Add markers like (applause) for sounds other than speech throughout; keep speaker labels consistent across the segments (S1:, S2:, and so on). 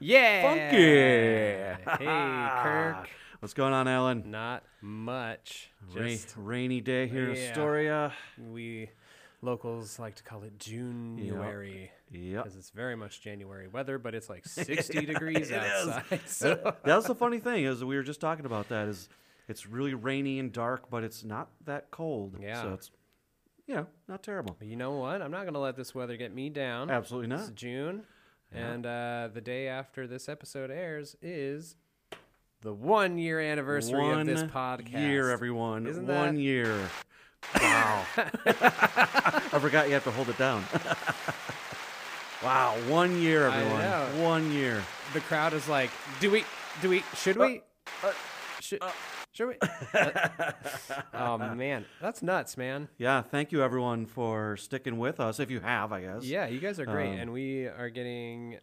S1: Yeah.
S2: (laughs) Funky.
S1: Hey, Kirk.
S2: What's going on, Ellen?
S1: Not much.
S2: Ra-
S1: Mm, Just
S2: rainy day here in
S1: Yeah.
S2: Astoria.
S1: we locals like to call it January
S2: Yep.
S1: because it's very much January weather, but
S2: (laughs)
S1: it's like 60 degrees outside. So
S2: that was the funny thing is we were just talking about that is it's really rainy and dark, but it's not that cold.
S1: Yeah.
S2: So it's yeah, not terrible.
S1: (laughs) But you know what? I'm not gonna let this weather get me down.
S2: Absolutely
S1: It's
S2: not.
S1: June, and uh, the day after this episode airs is the one year anniversary
S2: One
S1: of this podcast.
S2: year, everyone.
S1: Isn't that-
S2: One year.
S1: (laughs)
S2: Wow. I forgot you have to hold it down. (laughs) wow, one year,
S1: I
S2: everyone.
S1: know.
S2: One year.
S1: the crowd is like, "Do we? Do we? Should we?
S2: Uh,
S1: should,
S2: (laughs)
S1: should we?" Uh, oh man, that's nuts, man.
S2: Yeah, thank you everyone for sticking with us. If you have, I guess.
S1: Yeah, you guys are great,
S2: Um,
S1: and we are getting.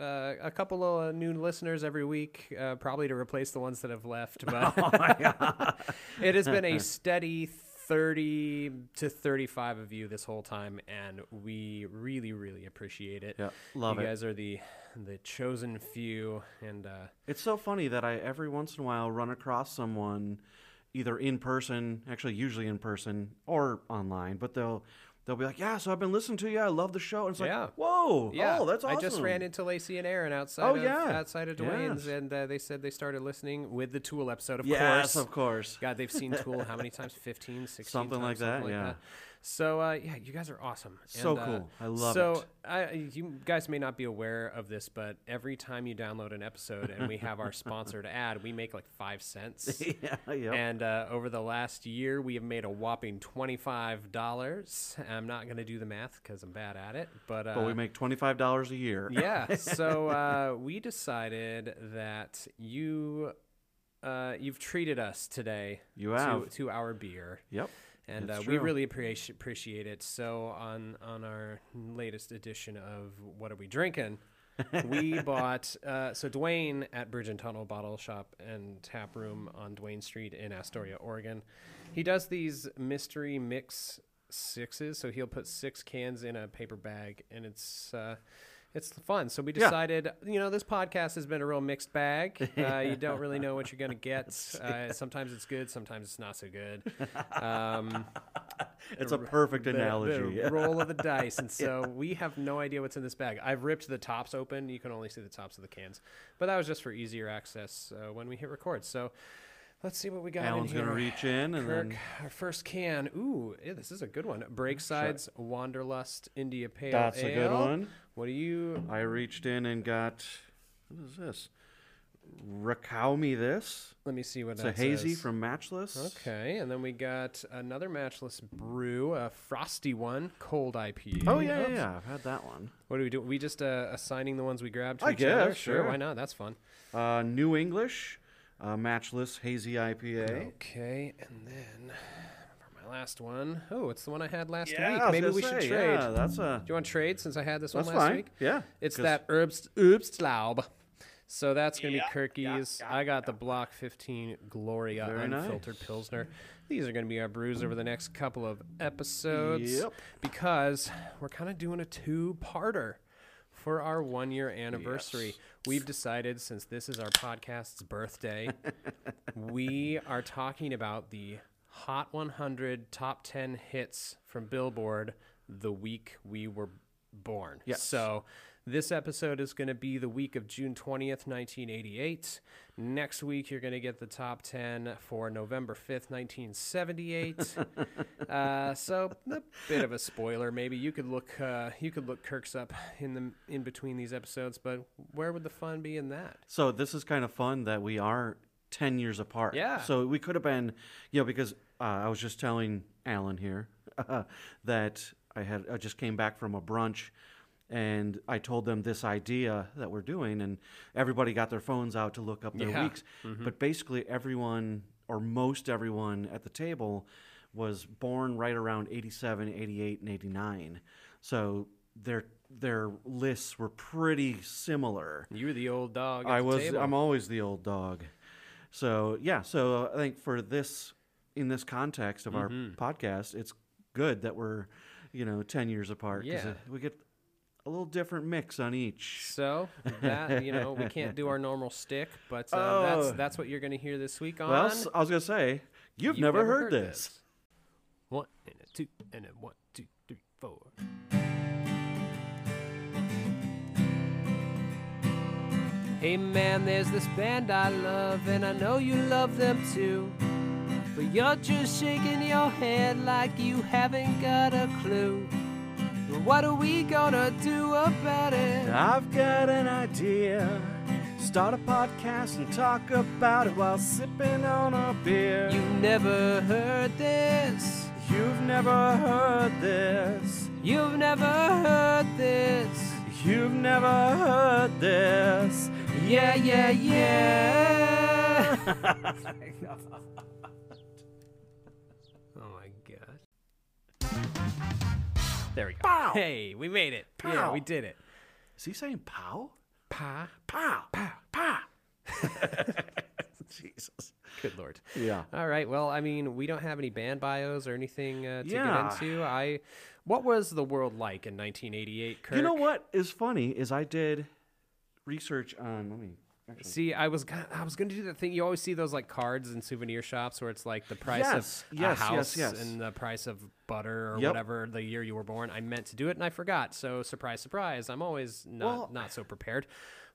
S1: Uh, a couple of new listeners every week, uh, probably to replace the ones that have
S2: (laughs)
S1: left. But
S2: Oh
S1: (laughs) it has been a steady 30 to 35 of you this whole time, and we really, really appreciate it.
S2: Yeah, love
S1: you
S2: it.
S1: guys are the the chosen few, and uh,
S2: It's so funny that I every once in a while run across someone, either in person, actually usually in person or online, but they'll they'll be like, "Yeah, so I've been listening to you. I love the show." And it's
S1: Yeah.
S2: like, "Whoa,
S1: Yeah,
S2: oh, that's awesome."
S1: I just ran into Lacey and Aaron outside.
S2: Oh,
S1: of,
S2: yeah.
S1: outside of Dwayne's,
S2: Yes.
S1: and uh, they said they started listening with the Tool episode. Of
S2: Yes,
S1: course, (laughs)
S2: of course. (laughs)
S1: God, they've seen Tool how many times? 15, 16
S2: Something
S1: times,
S2: like that, yeah.
S1: So uh, yeah, you guys are awesome.
S2: So
S1: And, uh,
S2: cool. I love
S1: so
S2: it.
S1: I, you guys may not be aware of this, but every time you download an episode and we have our
S2: (laughs)
S1: sponsored ad, we make like five cents.
S2: yeah, yep.
S1: And uh, over the last year, we have made a whopping twenty-five dollars. I'm not going to do the math because I'm bad at it, but uh,
S2: but we make twenty five dollars a year. (laughs)
S1: yeah. So uh, we decided that you uh, you've treated us today.
S2: You
S1: to,
S2: have.
S1: to our beer. (laughs)
S2: Yep.
S1: And
S2: It's
S1: uh, we
S2: true.
S1: really appreciate appreciate it. So on on our latest edition of What Are We Drinking, we bought uh, so Dwayne at Bridge and Tunnel Bottle Shop and Tap Room on Dwayne Street in Astoria, Oregon. He does these mystery mix sixes, so he'll put six cans in a paper bag, and it's. Uh, it's fun. So we decided, you know, this podcast has been a real mixed bag. Uh, you don't really know what you're going to get. Uh, sometimes it's good, sometimes it's not so good. Um,
S2: It's a perfect
S1: the-
S2: analogy. (laughs)
S1: The roll of the dice. And so we have no idea what's in this bag. I've ripped the tops open. You can only see the tops of the cans. But that was just for easier access uh, when we hit record. So let's see what we got
S2: Alan's
S1: in here.
S2: gonna reach in and
S1: Kirk,
S2: then
S1: our first can. Ooh, yeah, this is a good one. Breakside's Wanderlust India Pale
S2: That's
S1: Ale.
S2: a good one.
S1: What do you...
S2: I reached in and got what is this? Rakow me this.
S1: Let me see what
S2: It's
S1: that
S2: a hazy
S1: says.
S2: from Matchless.
S1: Okay, and then we got another matchless brew, a frosty one, cold IPA.
S2: Oh yeah, yeah, yeah. I've had that one.
S1: What do we do? We just uh, assigning the ones we grabbed. To
S2: I
S1: each other?
S2: guess, sure.
S1: Why not? That's fun.
S2: Uh, New English, uh, matchless hazy IPA.
S1: Okay, and then for my last one, oh, it's the one I had last
S2: Yeah, I
S1: week.
S2: was
S1: Maybe
S2: gonna
S1: we should
S2: say,
S1: trade.
S2: Yeah, that's a
S1: Do you want to trade since I had this
S2: that's
S1: one last
S2: fine.
S1: week?
S2: Yeah,
S1: It's
S2: 'cause-
S1: that Herbst Herbstlaub. So that's gonna be Kirky's. I got the Block 15 Gloria
S2: Very
S1: unfiltered pilsner. These are gonna be our brews over the next couple of episodes.
S2: Yep.
S1: Because we're kind of doing a two-parter for our one-year anniversary. We've decided since this is our podcast's
S2: (laughs)
S1: birthday, we are talking about the Hot 100 top 10 hits from Billboard the week we were born.
S2: Yes.
S1: So this episode is going to be the week of June 20th, 1988. Next week, you're going to get the top 10 for November 5th, 1978. uh,
S2: (laughs)
S1: so a bit of a spoiler. Maybe you could look, uh, you could look Kirk's up in the, in between these episodes, but where would the fun be in that?
S2: So this is kind of fun that we are ten years apart.
S1: Yeah.
S2: So we could have been, you know, because uh, I was just telling Alan here (laughs) that I had I just came back from a brunch, and I told them this idea that we're doing, and everybody got their phones out to look up their
S1: Yeah. Mm-hmm.
S2: weeks. But basically, everyone or most everyone at the table was born right around 87, 88, and 89. So their their lists were pretty similar.
S1: You were the old dog. At
S2: I
S1: the
S2: was.
S1: Table.
S2: I'm always the old dog. So yeah. So I think for this, in this context of
S1: Mm-hmm.
S2: our podcast, it's good that we're, you know, ten years apart. 'cause
S1: Yeah.
S2: it- we get a little different mix on each.
S1: So that you know we can't do our normal stick, but uh,
S2: Oh.
S1: that's that's what you're going to hear this week on.
S2: Well, s- I was gonna say you've, never, heard, this.
S1: One and a two and a one, two, three, four. Hey man, there's this band I love, and I know you love them too. But you're just shaking your head like you haven't got a clue. Well, What are we gonna do about it?
S2: I've got an idea. Start a podcast and talk about it while sipping on a beer.
S1: You never heard this.
S2: You've never heard this.
S1: You've never heard this.
S2: You've never heard this.
S1: Yeah, yeah, yeah. (laughs) oh my god. There we go.
S2: Pow!
S1: Hey, we made it. Yeah,
S2: Pow!
S1: we did it.
S2: Is he saying pow?
S1: Pa.
S2: Pow. Pow. Pow. (laughs) Jesus.
S1: Good lord.
S2: Yeah.
S1: All right. Well, I mean, we don't have any band bios or anything uh, to
S2: Yeah.
S1: get into. I, what was the world like in 1988? Kirk?
S2: You know what is funny is I did research on. Let me. Actually,
S1: See, I was gonna, I was gonna do that thing. You always see those like cards in souvenir shops where it's like the price
S2: Yes,
S1: of
S2: yes, yes,
S1: a house
S2: yes.
S1: and the price of butter or
S2: Yep.
S1: whatever the year you were born. I meant to do it and I forgot. So surprise, surprise. I'm always not
S2: Well-
S1: not so prepared.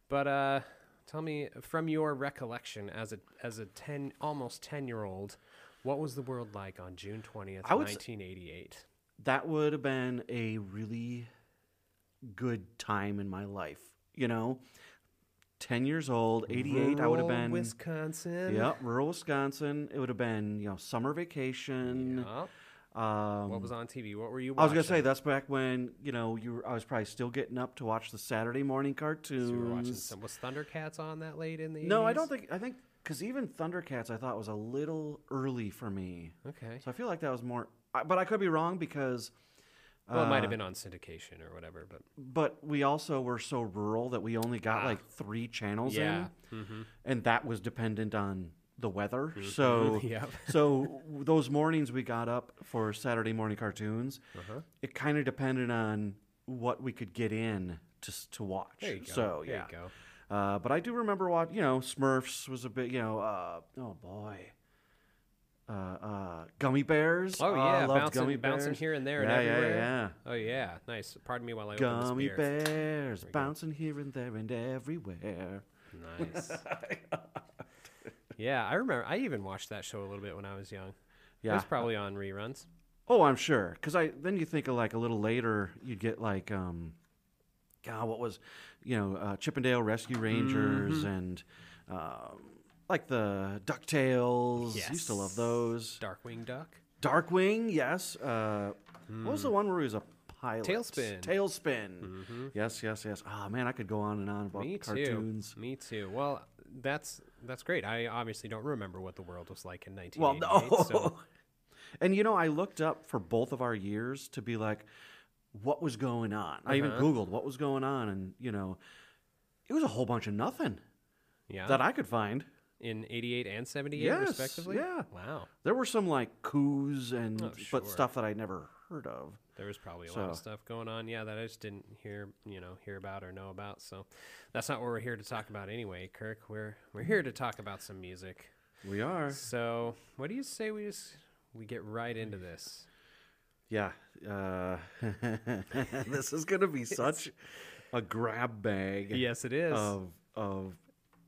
S1: But uh, tell me from your recollection as a as a ten almost ten year old, what was the world like on June twentieth,
S2: I would s-
S1: nineteen eighty eight?
S2: that would have been a really good time in my life. You know, ten years old, eighty-eight. I would have been.
S1: Wisconsin.
S2: Yeah, rural Wisconsin. It would have been, you know, summer vacation.
S1: Yup.
S2: Um,
S1: What was on TV? What were you?
S2: I was
S1: Watching?
S2: gonna say that's back when you know you. Were, I was probably still getting up to watch the Saturday morning cartoons.
S1: So you were watching some. Was Thundercats on that late in the?
S2: no, I
S1: 80s?
S2: don't think. I think because even Thundercats, I thought was a little early for me.
S1: Okay.
S2: So I feel like that was more. I, but I could be wrong because.
S1: Well, it might
S2: uh,
S1: have been on syndication or whatever, but
S2: But we also were so rural that we only got like three channels
S1: Ah. Yeah. Mm-hmm.
S2: in, and that was dependent on the weather. So
S1: (laughs) Yep.
S2: so those mornings we got up for Saturday morning cartoons.
S1: Uh-huh.
S2: It kind of depended on what we could get in to s- to watch.
S1: there you go.
S2: So
S1: there
S2: yeah.
S1: you go.
S2: Uh, but I do remember what you know. Smurfs was a bit, you know. Uh, oh boy, uh, uh, gummy bears.
S1: Oh
S2: Uh,
S1: yeah,
S2: loved
S1: bouncing,
S2: gummy
S1: bouncing
S2: bears.
S1: here and there and
S2: Yeah, yeah,
S1: everywhere.
S2: yeah.
S1: Oh yeah, nice. Pardon me while I open
S2: Gummy
S1: this beer.
S2: bears bouncing here and there and everywhere. (laughs)
S1: Nice. (laughs) yeah, I remember. I even watched that show a little bit when I was young. it
S2: Yeah.
S1: was probably on reruns.
S2: Oh, I'm sure. Because I then you think of like a little later, you'd get like, um, God, what was, you know, uh, Chippendale Rescue Rangers
S1: Mm-hmm.
S2: and um, like the Ducktales. Used to love those.
S1: Darkwing Duck.
S2: Darkwing, yes. Uh, What was the one where he was a pilot?
S1: Hmm. Tailspin. Mm-hmm.
S2: Tailspin. Yes, yes, yes. Ah, man, I could go on and on about
S1: Me
S2: cartoons.
S1: too. Me too. Well, that's that's great. I obviously don't remember what the world was like in
S2: Well,
S1: 1988.
S2: no.
S1: So
S2: (laughs) And you know, I looked up for both of our years to be like, what was going on? I
S1: Uh-huh.
S2: even Googled what was going on, and you know, it was a whole bunch of nothing
S1: yeah,
S2: that I could find.
S1: in 88 and 78
S2: Yes,
S1: respectively.
S2: yeah.
S1: Wow.
S2: There were some like coups and
S1: Oh, sure.
S2: but stuff that I never heard of.
S1: There was probably a lot of
S2: So-
S1: stuff going on, yeah, that I just didn't hear, you know, hear about or know about. So that's not what we're here to talk about anyway, Kirk. We're we're here to talk about some music.
S2: We are,
S1: So what do you say we just we get right into this?
S2: yeah. Uh, (laughs) this is gonna be such a grab bag.
S1: Yes, it is.
S2: Of of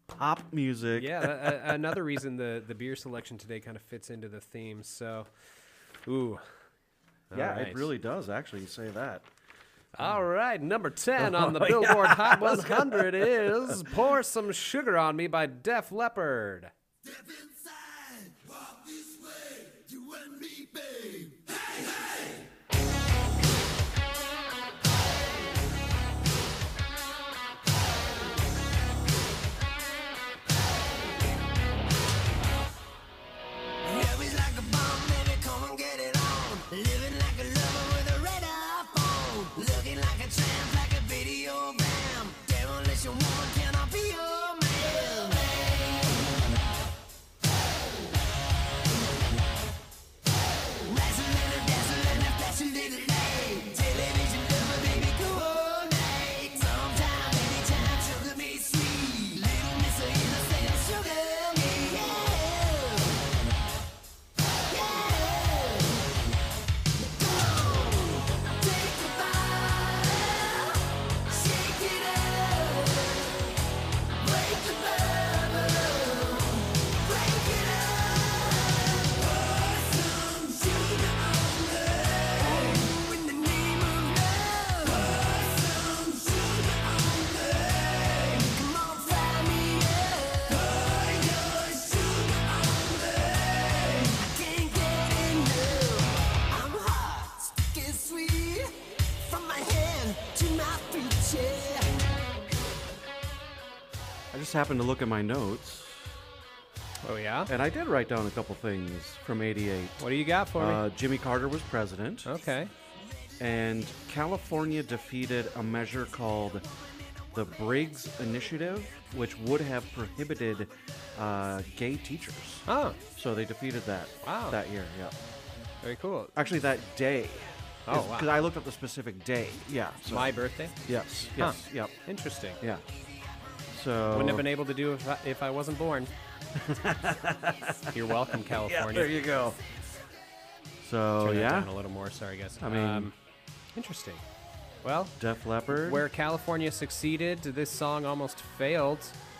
S2: pop music.
S1: yeah, tha- a- another reason the the beer selection today kind of fits into the theme. So, ooh,
S2: yeah.
S1: Alright.
S2: It really does actually say that.
S1: All right, number 10 on
S2: (laughs)
S1: the Billboard Hot 100 is Pour Some Sugar on Me by Def Leppard.
S3: Step inside, walk this way, you and me, babe. Hey, hey! Love like a bomb, baby, come and get it on. Living like a lover with a red eye phone. Looking like a tramp, like a video bam. Demolition woman, can I be your man?
S2: just happened to look at my notes,
S1: Oh yeah.
S2: and I did write down a couple things from '88.
S1: What do you got for
S2: Uh, Jimmy Carter was president,
S1: me? Okay.
S2: and California defeated a measure called the Briggs Initiative, which would have prohibited uh, gay teachers.
S1: Oh,
S2: So they defeated that
S1: Wow.
S2: that year. Yeah,
S1: very cool.
S2: actually that day.
S1: Oh, wow.
S2: Because I looked up the specific day. Yeah. so-
S1: My birthday.
S2: Yes.
S1: Huh.
S2: Yes. Yep.
S1: Interesting.
S2: Yeah. So.
S1: Wouldn't have been able to do if I, if I wasn't
S2: (laughs)
S1: born. You're welcome,
S2: yeah,
S1: California.
S2: there you go. So
S1: Turn that
S2: yeah,
S1: down a little more. Sorry, guys.
S2: I mean-
S1: interesting. Well,
S2: Def Leppard.
S1: where California succeeded, this song almost failed.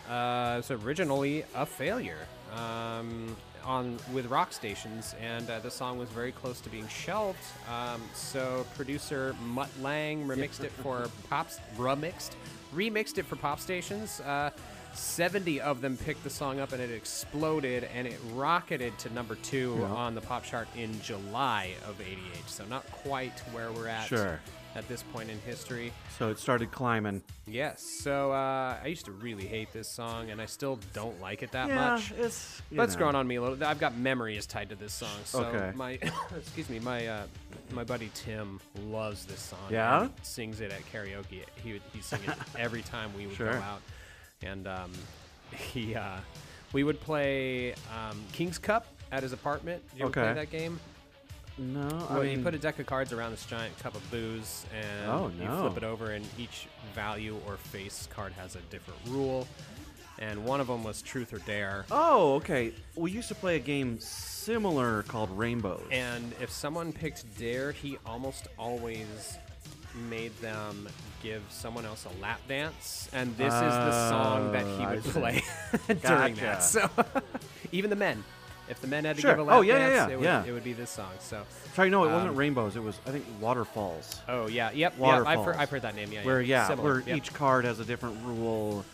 S1: Uh, it's originally a failure um, on with rock stations, and uh, the song was very close to being shelved. Um, so producer Mutt Lang remixed it for
S2: (laughs)
S1: pops, remixed, remixed it for pop stations. Uh, 70 of them picked the song up and it exploded and it rocketed to number two
S2: Yeah.
S1: on the pop chart in July of 88. So, not quite where we're at
S2: Sure.
S1: at this point in history.
S2: So it started climbing.
S1: Yes. So uh, I used to really hate this song, and I still don't like it that
S2: yeah,
S1: much.
S2: it's. you
S1: But it's
S2: know.
S1: grown on me a little. I've got memories tied to this song. So
S2: Okay.
S1: my, (coughs) excuse me, my uh, my buddy Tim loves this song.
S2: Yeah?
S1: and sings it at karaoke. He would he
S2: (laughs)
S1: sing it every time we would
S2: Sure.
S1: go out, and um, he uh, we would play um, King's Cup at his apartment. You ever play
S2: Okay.
S1: that game?
S2: No, I
S1: Well,
S2: mean,
S1: you put a deck of cards around this giant cup of booze, and
S2: Oh,
S1: you
S2: no.
S1: flip it over, and each value or face card has a different rule. And one of them was truth or dare.
S2: Oh, okay. We used to play a game similar called Rainbows.
S1: And if someone picked dare, he almost always made them give someone else a lap dance. And this is the song that he
S2: Oh, I
S1: would
S2: see.
S1: play (laughs) during
S2: Gotcha.
S1: that. So (laughs) even the men, if the men had to
S2: Sure.
S1: give a lap
S2: Oh, yeah, yeah,
S1: dance,
S2: yeah,
S1: it, would,
S2: yeah.
S1: it would be this song. So,
S2: Sorry, no, it
S1: um,
S2: wasn't Rainbows. It was I think Waterfalls.
S1: oh yeah, yep, yep. I've heard,
S2: Waterfalls.
S1: I've heard that name. Yeah,
S2: Where yeah,
S1: Similar,
S2: where
S1: yep.
S2: each card has a different rule.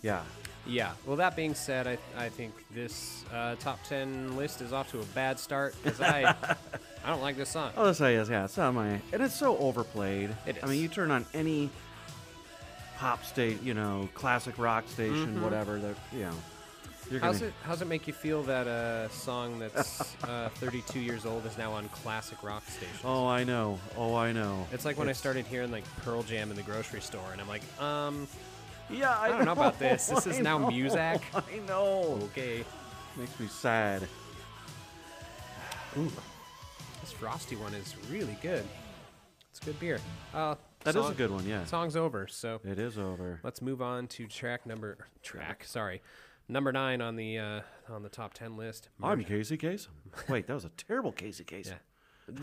S2: Yeah.
S1: Yeah. Well, that being said, I, I think this uh, top ten list is off to a bad start because I I don't like this song.
S2: I'll just say yes, yeah, it's not my and it's so overplayed.
S1: It
S2: I mean
S1: is.
S2: you turn on any pop state, you know, classic rock station, whatever, that you know. You're
S1: Mm-hmm. How's
S2: gonna,
S1: it How's it make you feel that a song that's uh, 32 years old is now on classic rock stations?
S2: Oh I know. Oh I know.
S1: It's like when I started hearing like Pearl Jam in the grocery store, and I'm like, um,
S2: Yeah, I,
S1: I don't know about Oh. this. This
S2: (laughs) I
S1: is now
S2: know, (laughs)
S1: Muzak.
S2: I know.
S1: Okay,
S2: Makes me sad. Ooh.
S1: this frosty one is really good. It's good beer. Uh,
S2: That is a
S1: song-
S2: good one, yeah.
S1: Song's over, so
S2: It is over.
S1: Let's move on to track number track. Sorry, number nine on the uh, on the top ten list.
S2: I'm
S1: (laughs)
S2: Casey Kasem. Wait, that was a terrible Casey Kasem.
S1: Yeah.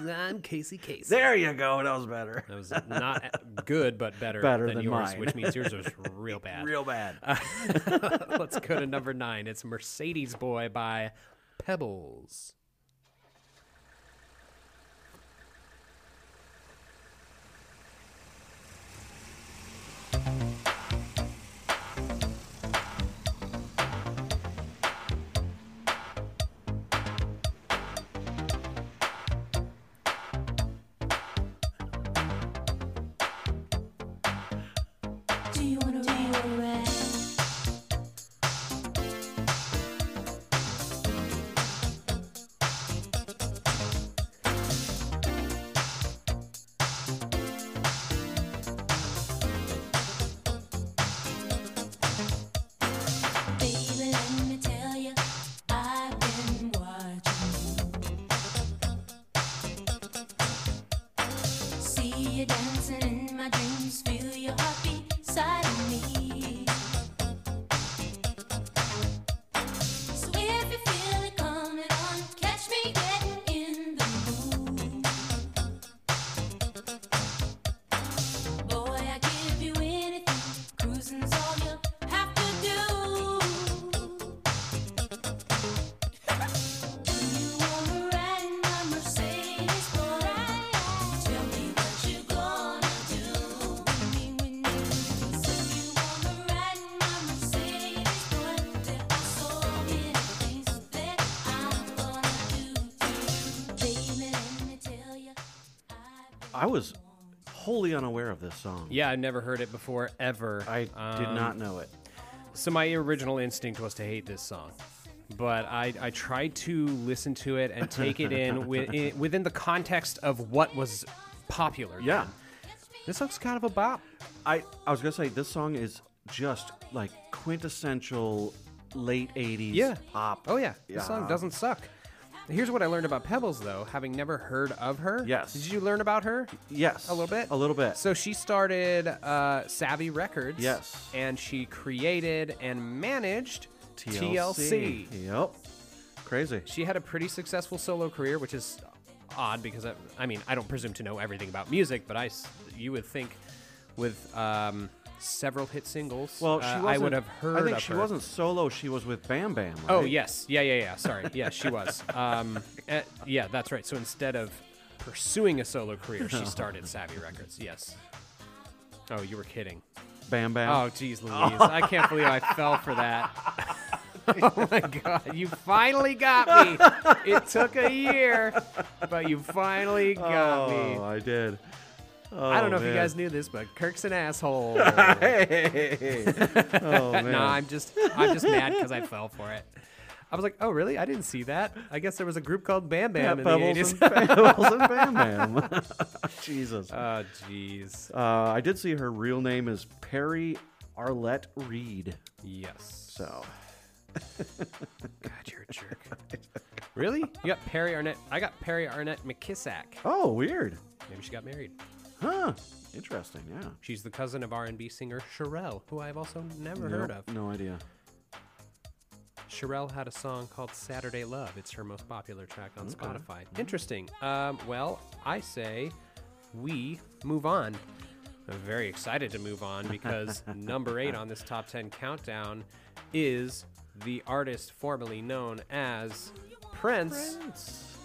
S1: I'm Casey Case.
S2: There you go. That was better.
S1: That was not good, but better,
S2: Better
S1: than,
S2: than
S1: yours,
S2: mine.
S1: which means yours was real bad.
S2: Real bad.
S1: (laughs) Let's go to number nine. It's Mercedes Boy by Pebbles.
S4: Do you wanna ride? Baby, let me tell you, I've been watching you. See you dancing in my dreams, feel your heartbeat inside of me. So if you feel it coming on, catch me getting in the mood. Boy, I give you anything. Cruising's all you have to do. Do you wanna ride in my Mercedes or Tell me what you gonna do with me, with me. Said you wanna ride in my Mercedes, boy. There are so many things that I'm gonna do to you, baby. Let me tell you, I've
S2: I was wholly unaware of this song.
S1: Yeah, I never heard it before ever.
S2: I did
S1: Um,
S2: not know it.
S1: So my original instinct was to hate this song, but I, I tried to listen to it and take it (laughs) in within, within the context of what was popular. then.
S2: Yeah.
S1: This song's kind of a bop.
S2: I, I was going to say, this song is just like quintessential late 80s
S1: Yeah.
S2: pop.
S1: Oh yeah, this
S2: Yeah.
S1: song doesn't suck. Here's what I learned about Pebbles though, having never heard of her.
S2: Yes.
S1: Did you learn about her?
S2: Yes.
S1: A little bit.
S2: A little bit.
S1: So she started uh, Savvy Records.
S2: Yes.
S1: And she created and managed TLC.
S2: Yep. Crazy.
S1: She had a pretty successful solo career, which is odd because I, I mean I don't presume to know everything about music, but I s- you would think with um, several hit singles,
S2: Well, she
S1: uh,
S2: wasn't,
S1: I would have heard.
S2: I think
S1: of
S2: she
S1: her.
S2: wasn't solo. She was with Bam Bam.
S1: Oh
S2: right?
S1: yes, yeah, yeah, yeah. Sorry, yeah, she was. Um, eh, yeah, that's right. So instead of pursuing a solo career, she (laughs) started Savvy Records. Yes. Oh, you were kidding.
S2: Bam Bam.
S1: Oh, geez, Louise, I can't believe I fell for that. (laughs) oh my God, you finally got me. It took a year, but you finally got
S2: Oh,
S1: me.
S2: I did.
S1: I don't know if
S2: man.
S1: you guys knew this, but Kirk's an asshole. (laughs)
S2: (laughs) Oh man.
S1: No, I'm just I'm just mad because I
S2: (laughs)
S1: fell for it. I was like, oh really? I didn't see that. I guess there was a group called Bam Bam in
S2: Pat Pebbles
S1: the 80s.
S2: and, Pebbles
S1: (laughs)
S2: and Bam Bam. Jesus. Uh,
S1: Oh jeez.
S2: I did see her real name is Perry Arlette Reed.
S1: Yes.
S2: So
S1: God, you're a jerk. really? You got Perry Arnett. I got Perry Arnett McKissack.
S2: oh weird,
S1: Maybe she got married.
S2: huh? Interesting. Yeah.
S1: She's the cousin of R&B singer Sherelle, who I've also never heard of.
S2: Nope, No idea.
S1: Sherelle had a song called Saturday Love. It's her most popular track on Spotify. Interesting. Um, well, I say we move on. I'm very excited to move on because
S2: (laughs)
S1: number eight on this top 10 countdown is the artist formerly known as Prince.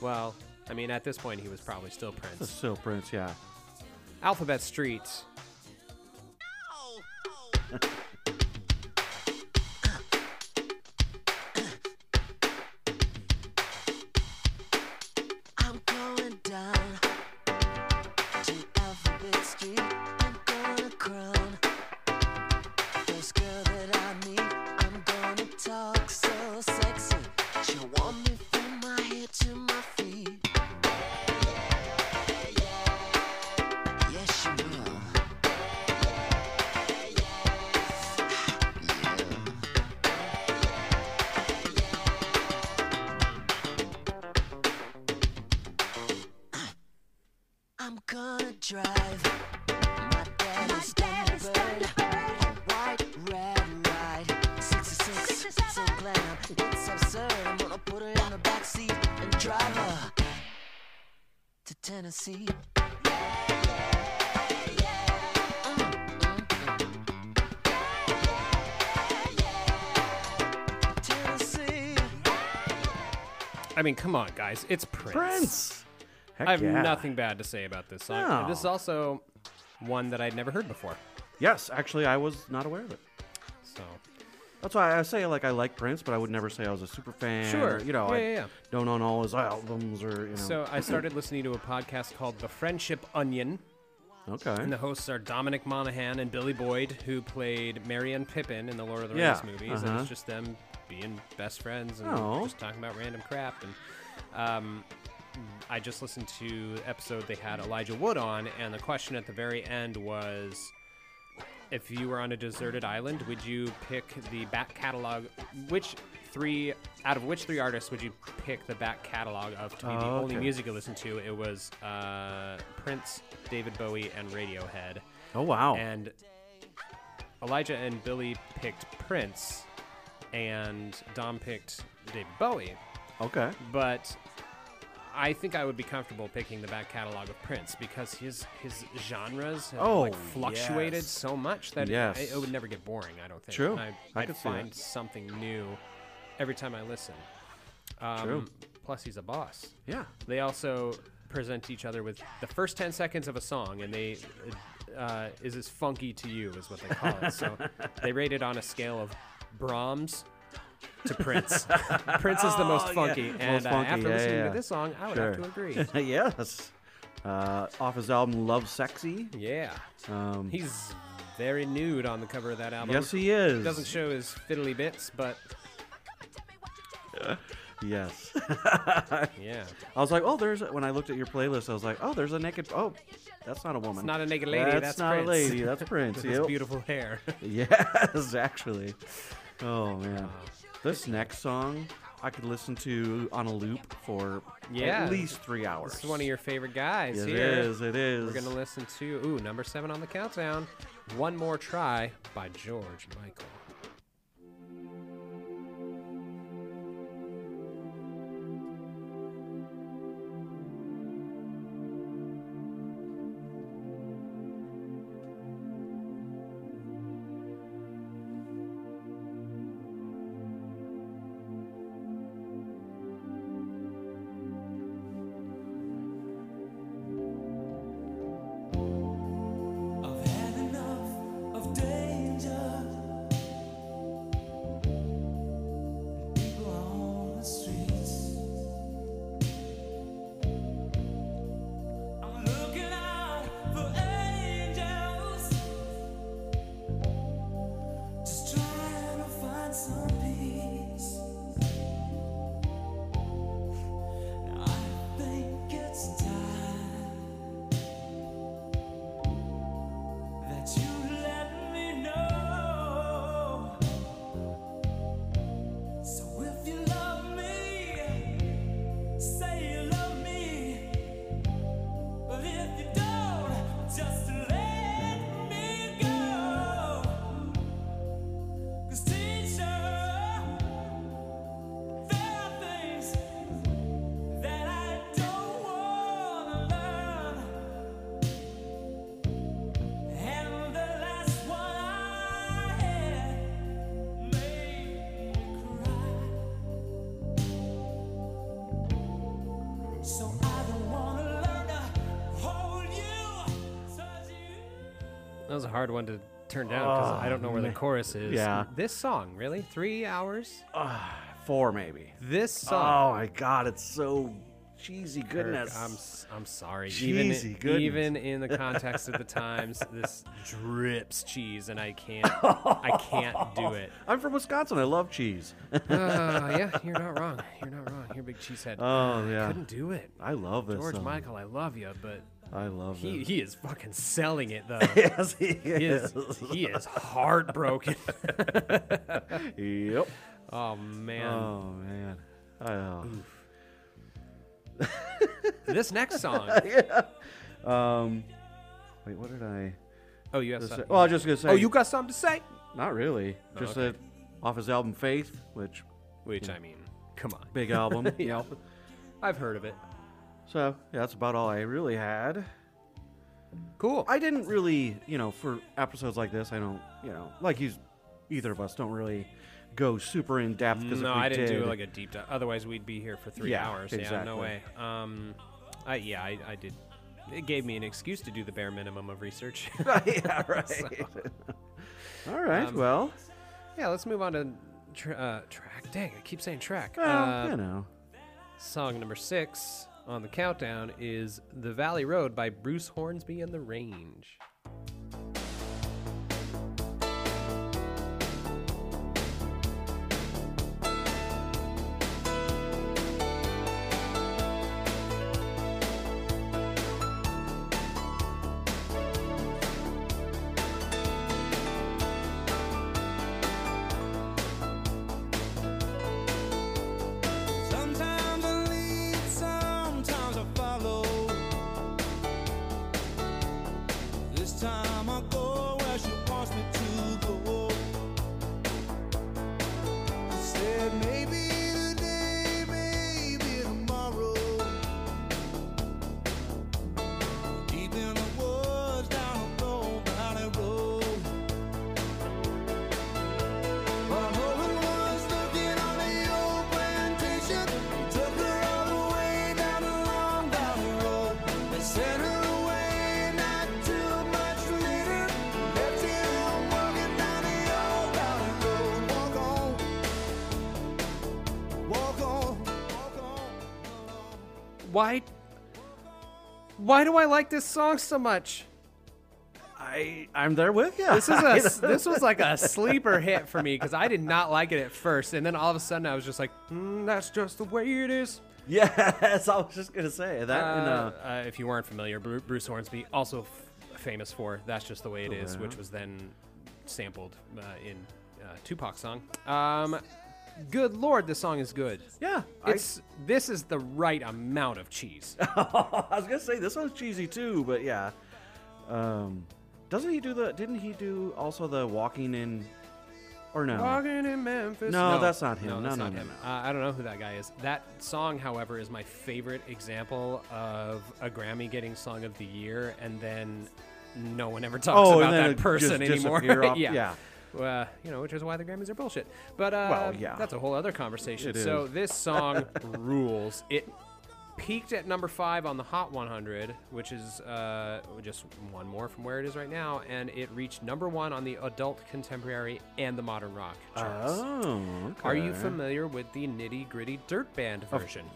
S1: Well, I mean, at this point, he was probably still Prince.
S2: Still Prince. Yeah.
S1: Alphabet Street.
S3: I'm going down to Alphabet Street. I'm gonna crown first girl that I meet. I'm gonna talk so sexy. She'll warm me from my head to my feet. Yes, she will. I'm gonna drive my daddy's, Thunderbird. White, red, ride. 66, so glam. It's absurd. I'm gonna put her in the backseat and drive her to Tennessee. Tennessee.
S1: I mean, come on, guys. It's Prince.
S2: Prince. Heck
S1: I have
S2: yeah.
S1: nothing bad to say about this song.
S2: No.
S1: This is also one that I'd never heard before.
S2: Yes, actually, I was not aware of it.
S1: So
S2: That's why I say like I like Prince, but I would never say I was a super fan.
S1: Sure.
S2: or, you know,
S1: Yeah,
S2: I
S1: yeah, yeah.
S2: don't own all his albums or you know.
S1: So I started listening to a podcast called The Friendship Onion,
S2: okay.
S1: and the hosts are Dominic Monaghan and Billy Boyd, who played Marianne Pippin in the Lord of the
S2: Yeah,
S1: Rings movies, and
S2: uh-huh.
S1: it's just them being best friends and
S2: Oh.
S1: just talking about random crap. And um, I just listened to the episode they had Elijah Wood on, and the question at the very end was. If you were on a deserted island, would you pick the back catalog? Which three out of which three artists would you pick the back catalog of to be the
S2: Oh,
S1: only
S2: okay.
S1: music? music I listened to, it was uh, Prince, David Bowie, and Radiohead.
S2: oh wow.
S1: And Elijah and Billy picked Prince, and Dom picked David Bowie.
S2: okay.
S1: But I think I would be comfortable picking the back catalog of Prince because his his genres have
S2: Oh,
S1: like fluctuated
S2: yes.
S1: so much that it-
S2: Yes.
S1: it, would never get boring. I don't think.
S2: True.
S1: And I,
S2: I
S1: I'd
S2: could see that.
S1: find something new every time I listen. Um,
S2: True.
S1: Plus, he's a boss.
S2: Yeah.
S1: They also present each other with the first 10 seconds of a song, and they, uh, is this funky to you, is what they call it. So
S2: (laughs)
S1: they rate it on a scale of Brahms to Prince.
S2: (laughs)
S1: Prince is the most funky, and
S2: Oh, Most
S1: uh,
S2: funky,
S1: after
S2: yeah,
S1: listening
S2: yeah.
S1: to this song, I would have
S2: Sure.
S1: to agree.
S2: (laughs) yes. Uh, off his album Love Sexy.
S1: yeah.
S2: Um,
S1: He's very nude on the cover of that album.
S2: Yes, he is.
S1: doesn't show his fiddly bits, but
S2: yes. (laughs)
S1: yeah,
S2: I was like, oh, there's. When I looked at your playlist, I was like, oh, there's a naked. Oh, that's not a woman.
S1: it's not a naked lady. That's,
S2: That's, not
S1: Prince.
S2: a lady. That's
S1: (laughs)
S2: Prince.
S1: With his
S2: yep.
S1: beautiful hair. (laughs)
S2: Yes, actually. Oh man, this next song I could listen to on a loop for
S1: Yeah.
S2: at least three hours.
S1: This is one of your favorite guys
S2: It
S1: here.
S2: is. It is.
S1: We're gonna listen to ooh number seven on the countdown. One more try by George Michael.
S5: I've had enough of danger. People on the streets. I'm looking out for angels, just trying to find some peace. I think it's time. That you let me know. So if you love me, say you love me. But if you don't, just let me go. 'Cause teacher, there are things that I don't wanna learn. And the last one I had made me cry. So I don't wanna learn to hold you, touch you.
S1: That was a hard one to turn down because I don't know where the chorus is.
S2: Oh, Yeah.
S1: This song, really? Three hours?
S2: Four maybe.
S1: This song.
S2: Oh my God, it's so cheesy
S1: Kirk,
S2: Oh, goodness.
S1: I'm s- I'm sorry.
S2: Cheesy
S1: even i-
S2: goodness.
S1: even in the context
S2: (laughs)
S1: of the times, this drips cheese, and I can't I can't do
S2: (laughs)
S1: it.
S2: I'm from Wisconsin. I love cheese.
S1: Uh, yeah, you're not wrong. You're not wrong. You're a big cheesehead.
S2: Oh yeah,
S1: Couldn't do it.
S2: I love this
S1: George
S2: song.
S1: Michael, I love you, but
S2: I love
S1: he,
S2: it.
S1: he is fucking selling it though.
S2: (laughs) Yes, he
S1: (laughs) He
S2: is.
S1: is, he is heartbroken.
S2: yep.
S1: (laughs) oh man.
S2: Oh man. Oh.
S1: This next song.
S2: Wait, what did I?
S1: Oh, you have
S2: Just
S1: some,
S2: say- well, I was just gonna say.
S1: Oh, you got something to say?
S2: Not really. Just
S1: Oh, okay.
S2: a, off his album Faith, which
S1: Which I mean, come on. (laughs)
S2: big album. yeah.
S1: I've heard of it.
S2: So yeah, that's about all I really had.
S1: Cool.
S2: I didn't really, you know, for episodes like this, I don't, you know, like you, either of us don't really go super in depth because
S1: no,
S2: if we
S1: I didn't
S2: did,
S1: do like a deep dive. Otherwise, we'd be here for three
S2: Yeah,
S1: hours. Yeah,
S2: exactly.
S1: no way. Um, I, yeah, I, I did. It gave me an excuse to do the bare minimum of research. (laughs)
S2: yeah, right. (laughs)
S1: Um,
S2: all right. well,
S1: yeah, let's move on to tr uh, track. Dang, I keep saying track.
S2: well,
S1: Uh,
S2: you know,
S1: Song number six on the countdown is "The Valley Road" by Bruce Hornsby and the Range.
S5: Sometimes I lead, sometimes I follow. This time I go where she wants me to go. She said maybe today, maybe tomorrow. Deep in the woods, down a low valley road. While no one was looking on the old plantation, they took her all the way down a long valley road. They sent her away not too much later. Left him walking down the old valley road. Walk on, walk on, walk on.
S1: Why? Why do I like this song so much?
S2: I, I I'm there with you.
S1: This is (laughs) a s- this was like a sleeper hit for me because I did not like it at first, and then all of a sudden I was just like, mm, "That's just the way it is."
S2: (laughs) yes. I was just gonna say that. and, uh,
S1: Uh, uh, if you weren't familiar, Bru- Bruce Hornsby also f- famous for "That's Just the Way It Is," which was then sampled uh, in uh, Tupac's song. Um, good lord, this song is good.
S2: yeah, I-
S1: It's this is the right amount of cheese.
S2: (laughs) I was gonna say this one's cheesy too, but yeah. Um, doesn't he do the? Didn't he do also the walking in? Or no?
S1: Walking in Memphis.
S2: No, that's not him. No,
S1: that's
S2: no,
S1: not
S2: no,
S1: him.
S2: no.
S1: Uh, I don't know who that guy is. That song, however, is my favorite example of a Grammy getting Song of the Year, and then no one ever (laughs) talks
S2: Oh, and
S1: about
S2: then it
S1: that
S2: just
S1: person anymore.
S2: disappear
S1: (laughs)
S2: off-
S1: yeah.
S2: yeah.
S1: Uh, you know, which is why the Grammys are bullshit. But uh,
S2: Well, yeah.
S1: that's a whole other conversation.
S2: It
S1: so
S2: is.
S1: this
S2: (laughs)
S1: song rules. It peaked at number five on the Hot 100, which is uh, just one more from where it is right now, and it reached number one on the adult contemporary and the modern rock charts.
S2: Oh.
S1: Are you
S2: okay.
S1: familiar with the nitty gritty dirt band version?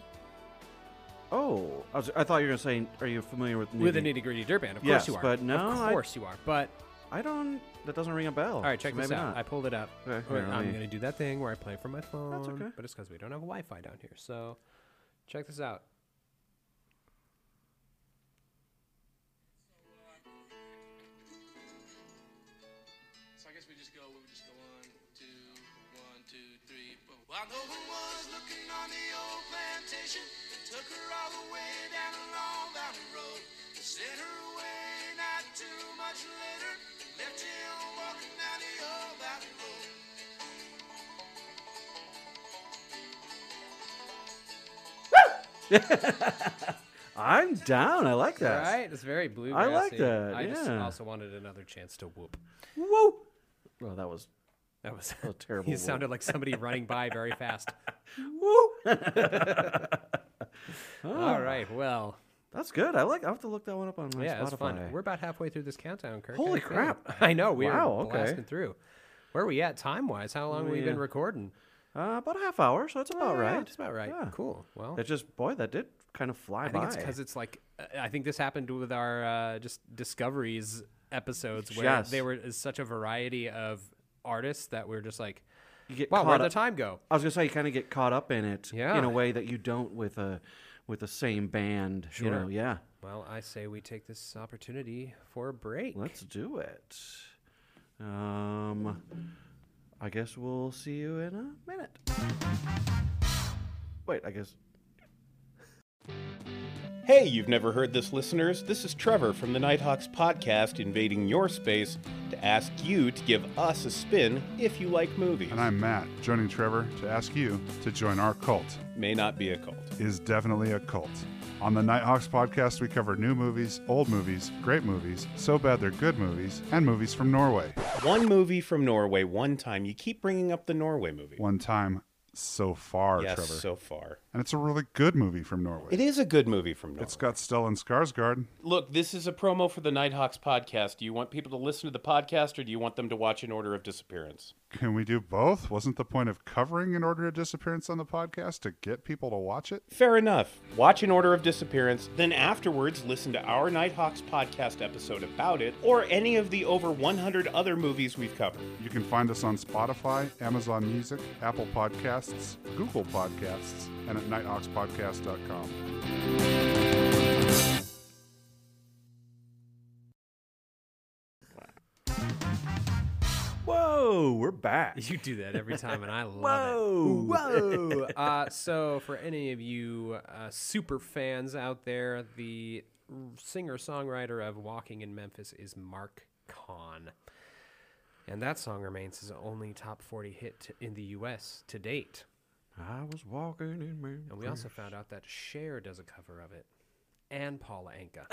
S2: Oh, I, was, I thought you were gonna say, are you familiar with?
S1: with the
S2: Nudie?
S1: nitty gritty dirt band, of
S2: Yes,
S1: course you are.
S2: but no,
S1: of
S2: I-
S1: course you are. But
S2: I don't. That doesn't ring a bell.
S1: all right, check
S2: so
S1: this
S2: maybe
S1: out.
S2: not.
S1: I pulled it up.
S2: Okay,
S1: Wait,
S2: here, let
S1: I'm
S2: me-
S1: gonna do that thing where I play from my phone.
S2: okay.
S1: But it's because we don't have Wi-Fi down here. So check this out.
S6: So I guess we just go, we just go one, two, one, two, three, four. Well, I know who was looking on the old plantation. They took her all the way down the long valley road. They sent her away not too much later. Left him walking down the old valley road.
S2: I'm down. I like that.
S1: Right? It's very blue.
S2: like that,
S1: I just
S2: yeah.
S1: also wanted another chance to whoop.
S2: Whoa. Well, that was.
S1: That was (laughs)
S2: A terrible
S1: You
S2: whoop.
S1: sounded like somebody running by
S2: (laughs)
S1: very fast.
S2: Woo. (laughs) Ah.
S1: All right. Well,
S2: That's good. I like. I will have to look that one up on my
S1: yeah, it
S2: Spotify.
S1: was fun. We're about halfway through this countdown, Kirk.
S2: Holy
S1: I think.
S2: crap.
S1: (laughs) I know. We
S2: Wow,
S1: are
S2: okay.
S1: blasting through. Where are we at time wise? How long have we
S2: We,
S1: been
S2: uh,
S1: recording?
S2: uh, about a half hour, so it's about
S1: Yeah,
S2: right.
S1: That's about right.
S2: Yeah.
S1: Cool. Well,
S2: That just boy, that did kind of fly
S1: I
S2: by.
S1: think it's because it's like uh, I think this happened with our uh, just discoveries episodes where
S2: Yes.
S1: there were is such a variety of artists that we're just like,
S2: you get
S1: wow,
S2: caught
S1: where'd the
S2: up-
S1: time go?
S2: I was gonna say you kind of get caught up in it
S1: Yeah.
S2: in a way that you don't with a with the same band. You know,
S1: Sure.
S2: yeah.
S1: Well, I say we take this opportunity for a break.
S2: Let's do it. Um, I guess we'll see you in a minute. Wait, I guess.
S7: Hey, you've never heard this, listeners. This is Trevor from the Nighthawks podcast invading your space to ask you to give us a spin if you like movies.
S8: And I'm Matt, joining Trevor to ask you to join our cult.
S7: May not be a cult.
S8: It is definitely a cult. On the Nighthawks podcast, we cover new movies, old movies, great movies, so bad they're good movies, and movies from Norway.
S7: One movie from Norway, one time. You keep bringing up the Norway movie.
S8: One time so far,
S7: yes,
S8: Trevor.
S7: so far.
S8: and it's a really good movie from Norway.
S7: It is a good movie from Norway.
S8: It's got Stellan Skarsgård.
S7: Look, this is a promo for the Nighthawks podcast. Do you want people to listen to the podcast or do you want them to watch In Order of Disappearance?
S8: Can we do both? Wasn't the point of covering an order of disappearance on the podcast to get people to watch it?
S7: Fair enough. Watch An Order of Disappearance, then afterwards listen to our Nighthawks podcast episode about it, or any of the over 100 other movies we've covered.
S8: You can find us on Spotify, Amazon Music, Apple Podcasts, Google Podcasts, and at nighthawkspodcast.com.
S2: Whoa, we're back.
S1: You do that every time, and (laughs) I love
S2: Whoa.
S1: it. Whoa! (laughs) Uh, so, for any of you uh, super fans out there, the singer songwriter of Walking in Memphis is Mark Kahn. And that song remains his only top 40 hit in the U.S. to date.
S2: I was walking in Memphis.
S1: And we also found out that Cher does a cover of it and Paula (laughs) Anka.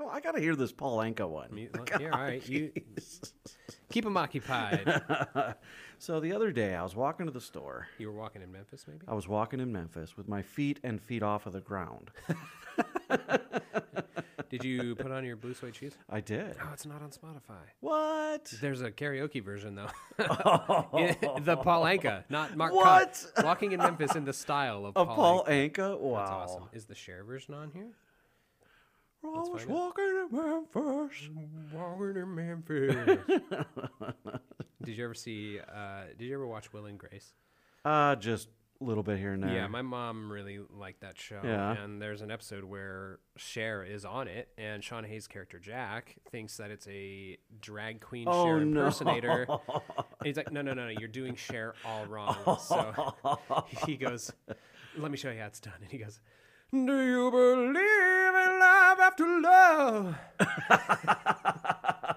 S2: Oh, I gotta hear this Paul Anka one.
S1: You- yeah, all right. You, keep them occupied. (laughs)
S2: So the other day, I was walking to the store.
S1: You were walking in Memphis, maybe?
S2: I was walking in Memphis with my feet and feet off of the ground.
S1: Did you put on your blue suede shoes? (laughs)
S2: I did.
S1: Oh, it's not on Spotify.
S2: What?
S1: There's a karaoke version though. (laughs) the Paul Anka, not Mark.
S2: What?
S1: Cox. Walking in Memphis in the style of,
S2: Of
S1: Paul.
S2: Paul
S1: Anka.
S2: Anka? Wow.
S1: That's awesome. Is the share version on here?
S2: I was walking in Memphis.
S1: Walking in Memphis. did you ever see? Uh, did you ever watch Will and Grace?
S2: Uh, just a little bit here and there.
S1: Yeah, my mom really liked that show.
S2: Yeah.
S1: And there's an episode where Cher is on it, and Sean Hayes' character Jack thinks that it's a drag queen
S2: Oh,
S1: Cher
S2: no. (laughs)
S1: impersonator. And he's like, no, no, no, no, you're doing Cher all wrong. So (laughs) he goes, let me show you how it's done. And he goes, do you believe in love after love?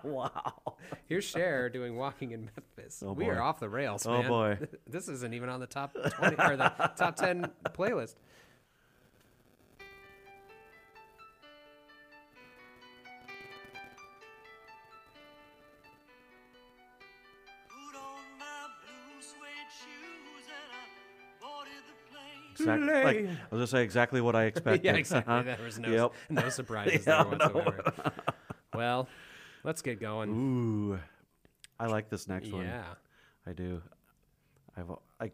S2: (laughs) wow.
S1: Here's Cher doing Walking in Memphis. we
S2: boy.
S1: are off the rails,
S2: Oh,
S1: man.
S2: boy.
S1: (laughs) This isn't even on the top 20 or the
S2: (laughs)
S1: top 10 playlist.
S5: Put on my blue suede shoes and I boarded the plane.
S2: Exact, like, I was gonna say exactly what I
S1: (laughs)
S2: expected.
S1: yeah, exactly.
S2: Uh-huh.
S1: There was no
S2: Yep.
S1: no surprises
S2: (laughs) Yeah,
S1: there
S2: no.
S1: whatsoever. well, let's get going.
S2: Ooh, I like this next one.
S1: yeah.
S2: I do. I've al- I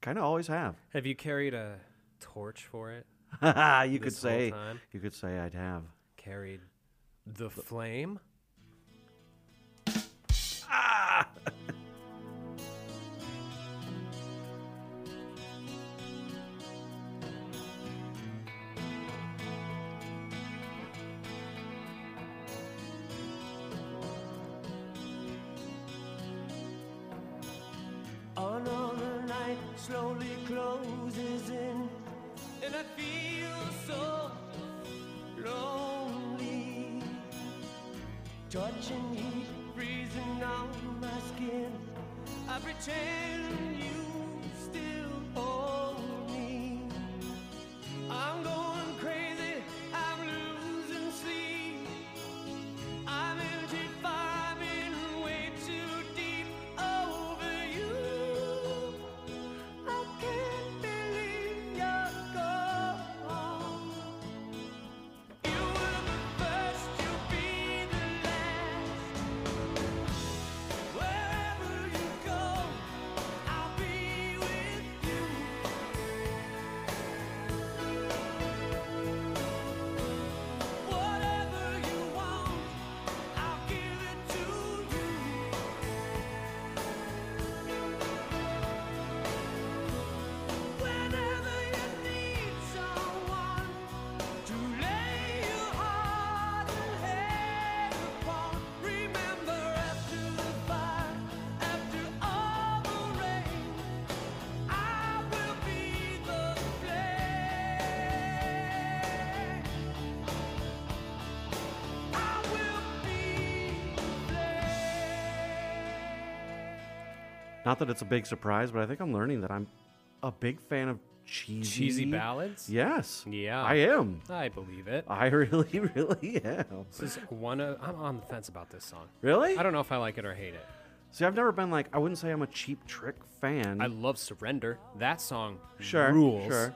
S2: kind of always have. (laughs)
S1: Have you carried a torch for it?
S2: you could
S1: This whole
S2: say
S1: time?
S2: you could say I'd have.
S1: Carried the flame?
S5: Another night slowly closes in, and I feel so lonely. Touching heat, freezing on my skin. I pretend you still hold me. I'm going crazy, I'm losing sleep. I'm in deep, I'm in way too deep over you. I can't believe you're gone. You were the first, you'll be the last. Wherever you go, I'll be with you. Whatever you want, I'll give it to you. Whenever you need someone to lay your heart and head upon, remember after the fire, after all the rain, I will be the flame. I will be
S2: Not that it's a big surprise, but I think I'm learning that I'm a big fan of cheesy
S1: Cheesy ballads?
S2: Yes.
S1: Yeah.
S2: I am.
S1: I believe it.
S2: I (laughs) really, really am.
S1: This is one of I'm on the fence about this song.
S2: Really?
S1: I don't know if I like it or hate it.
S2: See, I've never been like I wouldn't say I'm a cheap trick fan.
S1: I love Surrender. That song
S2: sure.
S1: rules.
S2: Sure.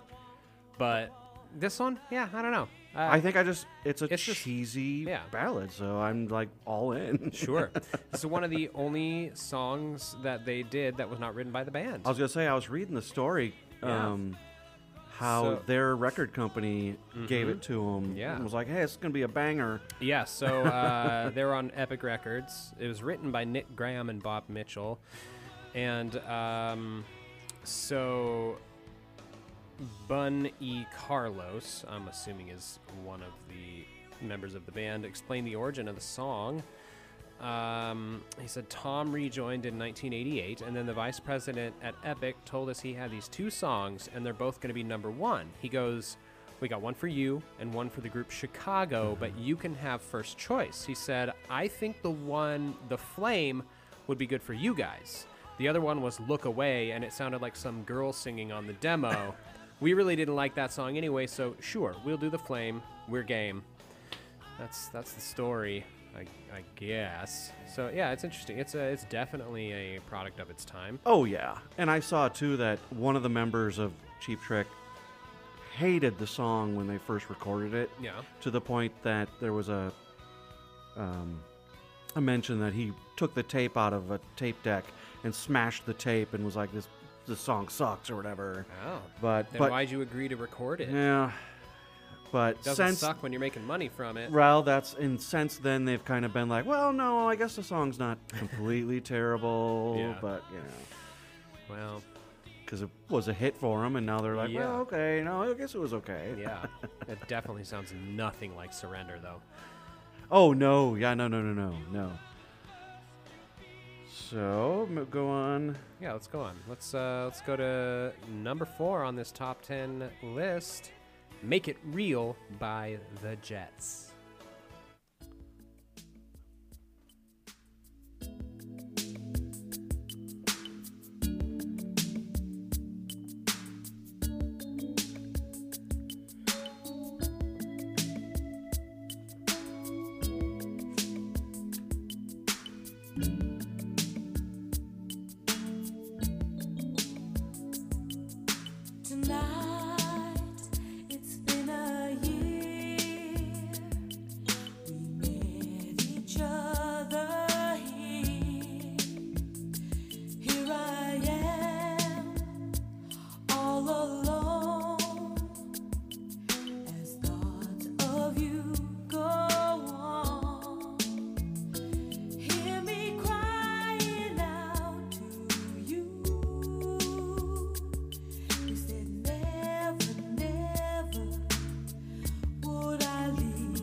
S1: But this one, yeah, I don't know. Uh,
S2: I think I just it's a
S1: It's just-
S2: cheesy
S1: yeah.
S2: ballad, so I'm like all in.
S1: Sure. this is one of the only songs that they did that was not written by the band.
S2: (laughs) I was gonna say I was reading the story,
S1: Yeah.
S2: um, how
S1: So- Mm-hmm.
S2: their record company gave it to them.
S1: Yeah.
S2: and was like, hey, it's gonna be a banger.
S1: Yeah, so uh, they were on Epic Records. It was written by Nick Graham and Bob Mitchell. And um, so Bun E. Carlos, I'm assuming is one of the members of the band, explained the origin of the song. Um, he said Tom rejoined in 1988, and then the vice president at Epic told us he had these two songs, and they're both going to be number one. He goes, We got one for you and one for the group Chicago, but you can have first choice. He said, I think the one, The Flame, would be good for you guys. The other one was Look Away, and it sounded like some girl singing on the demo. we really didn't like that song anyway, so sure, we'll do The Flame. We're game that's that's the story I, I guess so yeah it's interesting it's a it's definitely a product of its time
S2: Oh yeah, and I saw too that one of the members of Cheap Trick hated the song when they first recorded it.
S1: Yeah.
S2: to the point that there was a, um, a mention that he took the tape out of a tape deck and smashed the tape and was like, this this song sucks or whatever.
S1: oh
S2: But
S1: then
S2: but
S1: why'd you agree to record it
S2: yeah, but
S1: Doesn't
S2: since
S1: suck when you're making money from it.
S2: well, that's and since then they've kind of been like, well, no, I guess the song's
S1: (laughs)
S2: not completely terrible,
S1: Yeah.
S2: but you know,
S1: Well,
S2: because it was a hit for them, and now they're like,
S1: Yeah.
S2: well, okay, no, I guess it was okay.
S1: yeah, that definitely sounds nothing like Surrender, though.
S2: Oh no, yeah, no, no, no, no, no. So m- go on.
S1: Yeah, let's go on. Let's uh, let's go to number four on this top ten list. "Make It Real" by the Jets.
S4: Tonight, it's been a year. We met each other here. Here I am, all alone. As thoughts of you go on, hear me crying out to you. You said never, never would I leave.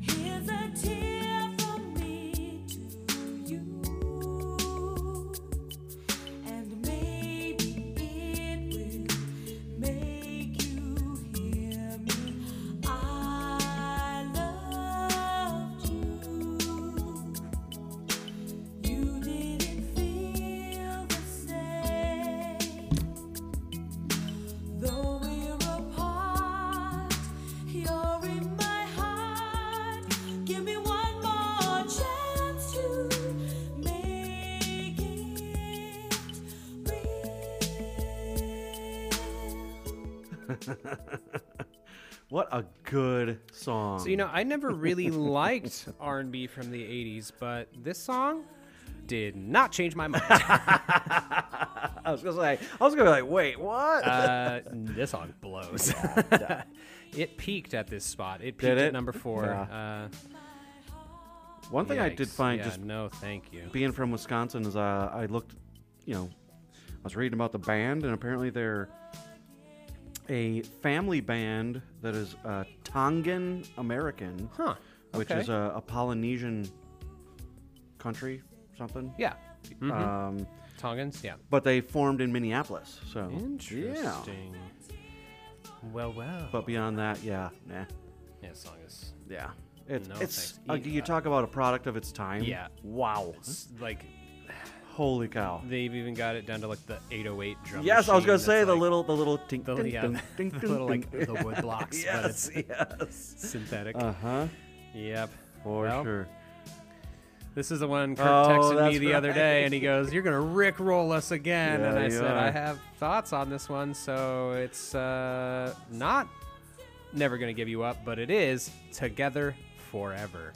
S4: Here's a tear from me to you, and maybe it will make you hear me. I loved you. You didn't feel the same. Though we're apart, you're in my heart. Give me one more chance to make it real.
S2: What a good song.
S1: So you know, I never really liked R and B from the '80s, but this song did not change my mind.
S2: (laughs) I was gonna say, I was gonna be like, wait, what?
S1: uh, this song blows. (laughs) it peaked at this spot. It peaked
S2: it?
S1: at number four. Uh,
S2: One thing I did
S1: yikes.
S2: find
S1: Yeah,
S2: just
S1: no, thank you.
S2: being from Wisconsin is uh, I looked, you know, I was reading about the band, and apparently they're a family band that is uh, Tongan American,
S1: Huh,
S2: which
S1: okay.
S2: is uh, a, a Polynesian country, something.
S1: yeah,
S2: Um,
S1: Tongans. Yeah,
S2: but they formed in Minneapolis, so Yeah.
S1: interesting. Well, well.
S2: But beyond that, yeah, nah,
S1: yeah, this song is
S2: yeah. It's
S1: No
S2: it's
S1: thanks.
S2: uh,
S1: Eat
S2: you
S1: that.
S2: talk about a product of its time.
S1: Yeah.
S2: Wow.
S1: s- like
S2: Holy cow.
S1: they've even got it down to like the 808 drum.
S2: Yes, I was gonna
S1: machine
S2: say
S1: that's,
S2: the
S1: like,
S2: little the little tink
S1: the,
S2: tink
S1: yeah, (laughs)
S2: tink,
S1: the
S2: tink,
S1: little like
S2: tink, tink.
S1: the wood blocks, but it's
S2: Yes, (laughs) yes.
S1: (laughs) synthetic.
S2: Uh huh.
S1: yep.
S2: For
S1: Well,
S2: sure.
S1: This is the one Kurt
S2: Oh,
S1: texted me
S2: that's
S1: the other day,
S2: right.
S1: and he goes, "You're gonna Rick roll us again." and
S2: Yeah,
S1: I
S2: you
S1: said, "I
S2: are.
S1: have thoughts on this one, so it's uh, not never gonna give you up, but it is together forever."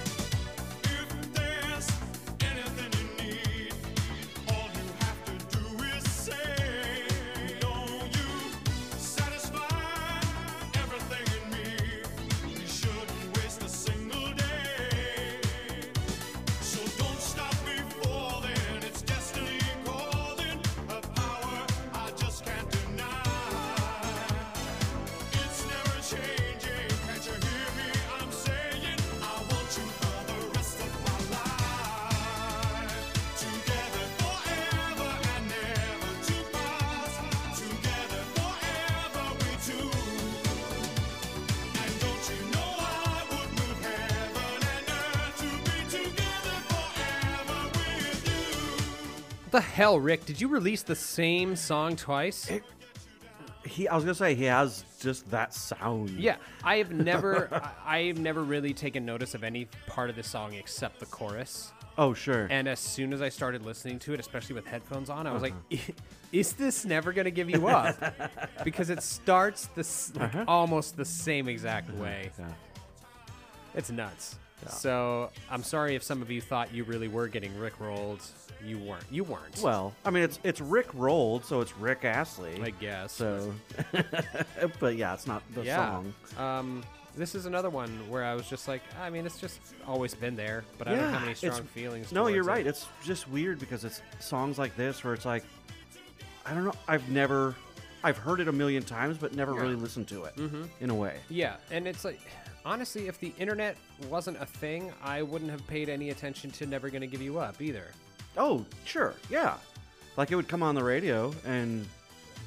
S9: If there's anything you need, all you have to do is say, Don't you satisfy everything in me? You shouldn't waste a single day. So don't stop before then. It's destiny calling, a power I just can't deny. It's never changing. Can't you hear me? I'm saying I want you for the rest of my life. Together forever and never to pass. Together forever we two. And don't you know I would move heaven and earth to be together forever with you?
S1: What the hell, Rick? Did you release the same song twice?
S2: He, I was gonna say he has just that sound.
S1: Yeah, I
S2: (laughs)
S1: have never, I, I've never really taken notice of any part of the song except the chorus.
S2: Oh, sure.
S1: And as soon as I started listening to it, especially with headphones on, I was
S2: Uh-huh.
S1: like, (laughs) "Is this never going to give you
S2: (laughs)
S1: up?" because it starts this like, almost the same exact way.
S2: Uh-huh. Yeah.
S1: It's nuts. So I'm sorry if some of you thought you really were getting rickrolled. You weren't. You weren't.
S2: Well, I mean, it's it's Rick rolled, so it's Rick Astley.
S1: I guess.
S2: so. (laughs) but yeah, it's not the
S1: yeah.
S2: song.
S1: Um, this is another one where I was just like, I mean, it's just always been there, but I
S2: yeah,
S1: don't have any
S2: it's-
S1: strong feelings.
S2: No, you're
S1: towards it.
S2: right. It's just weird because it's songs like this where it's like, I don't know. I've never, I've heard it a million times, but never really listened to it
S1: Mm-hmm.
S2: in a way.
S1: Yeah, and it's like honestly, if the internet wasn't a thing, I wouldn't have paid any attention to Never Gonna Give You Up either.
S2: Oh, sure, yeah. Like it would come on the radio, and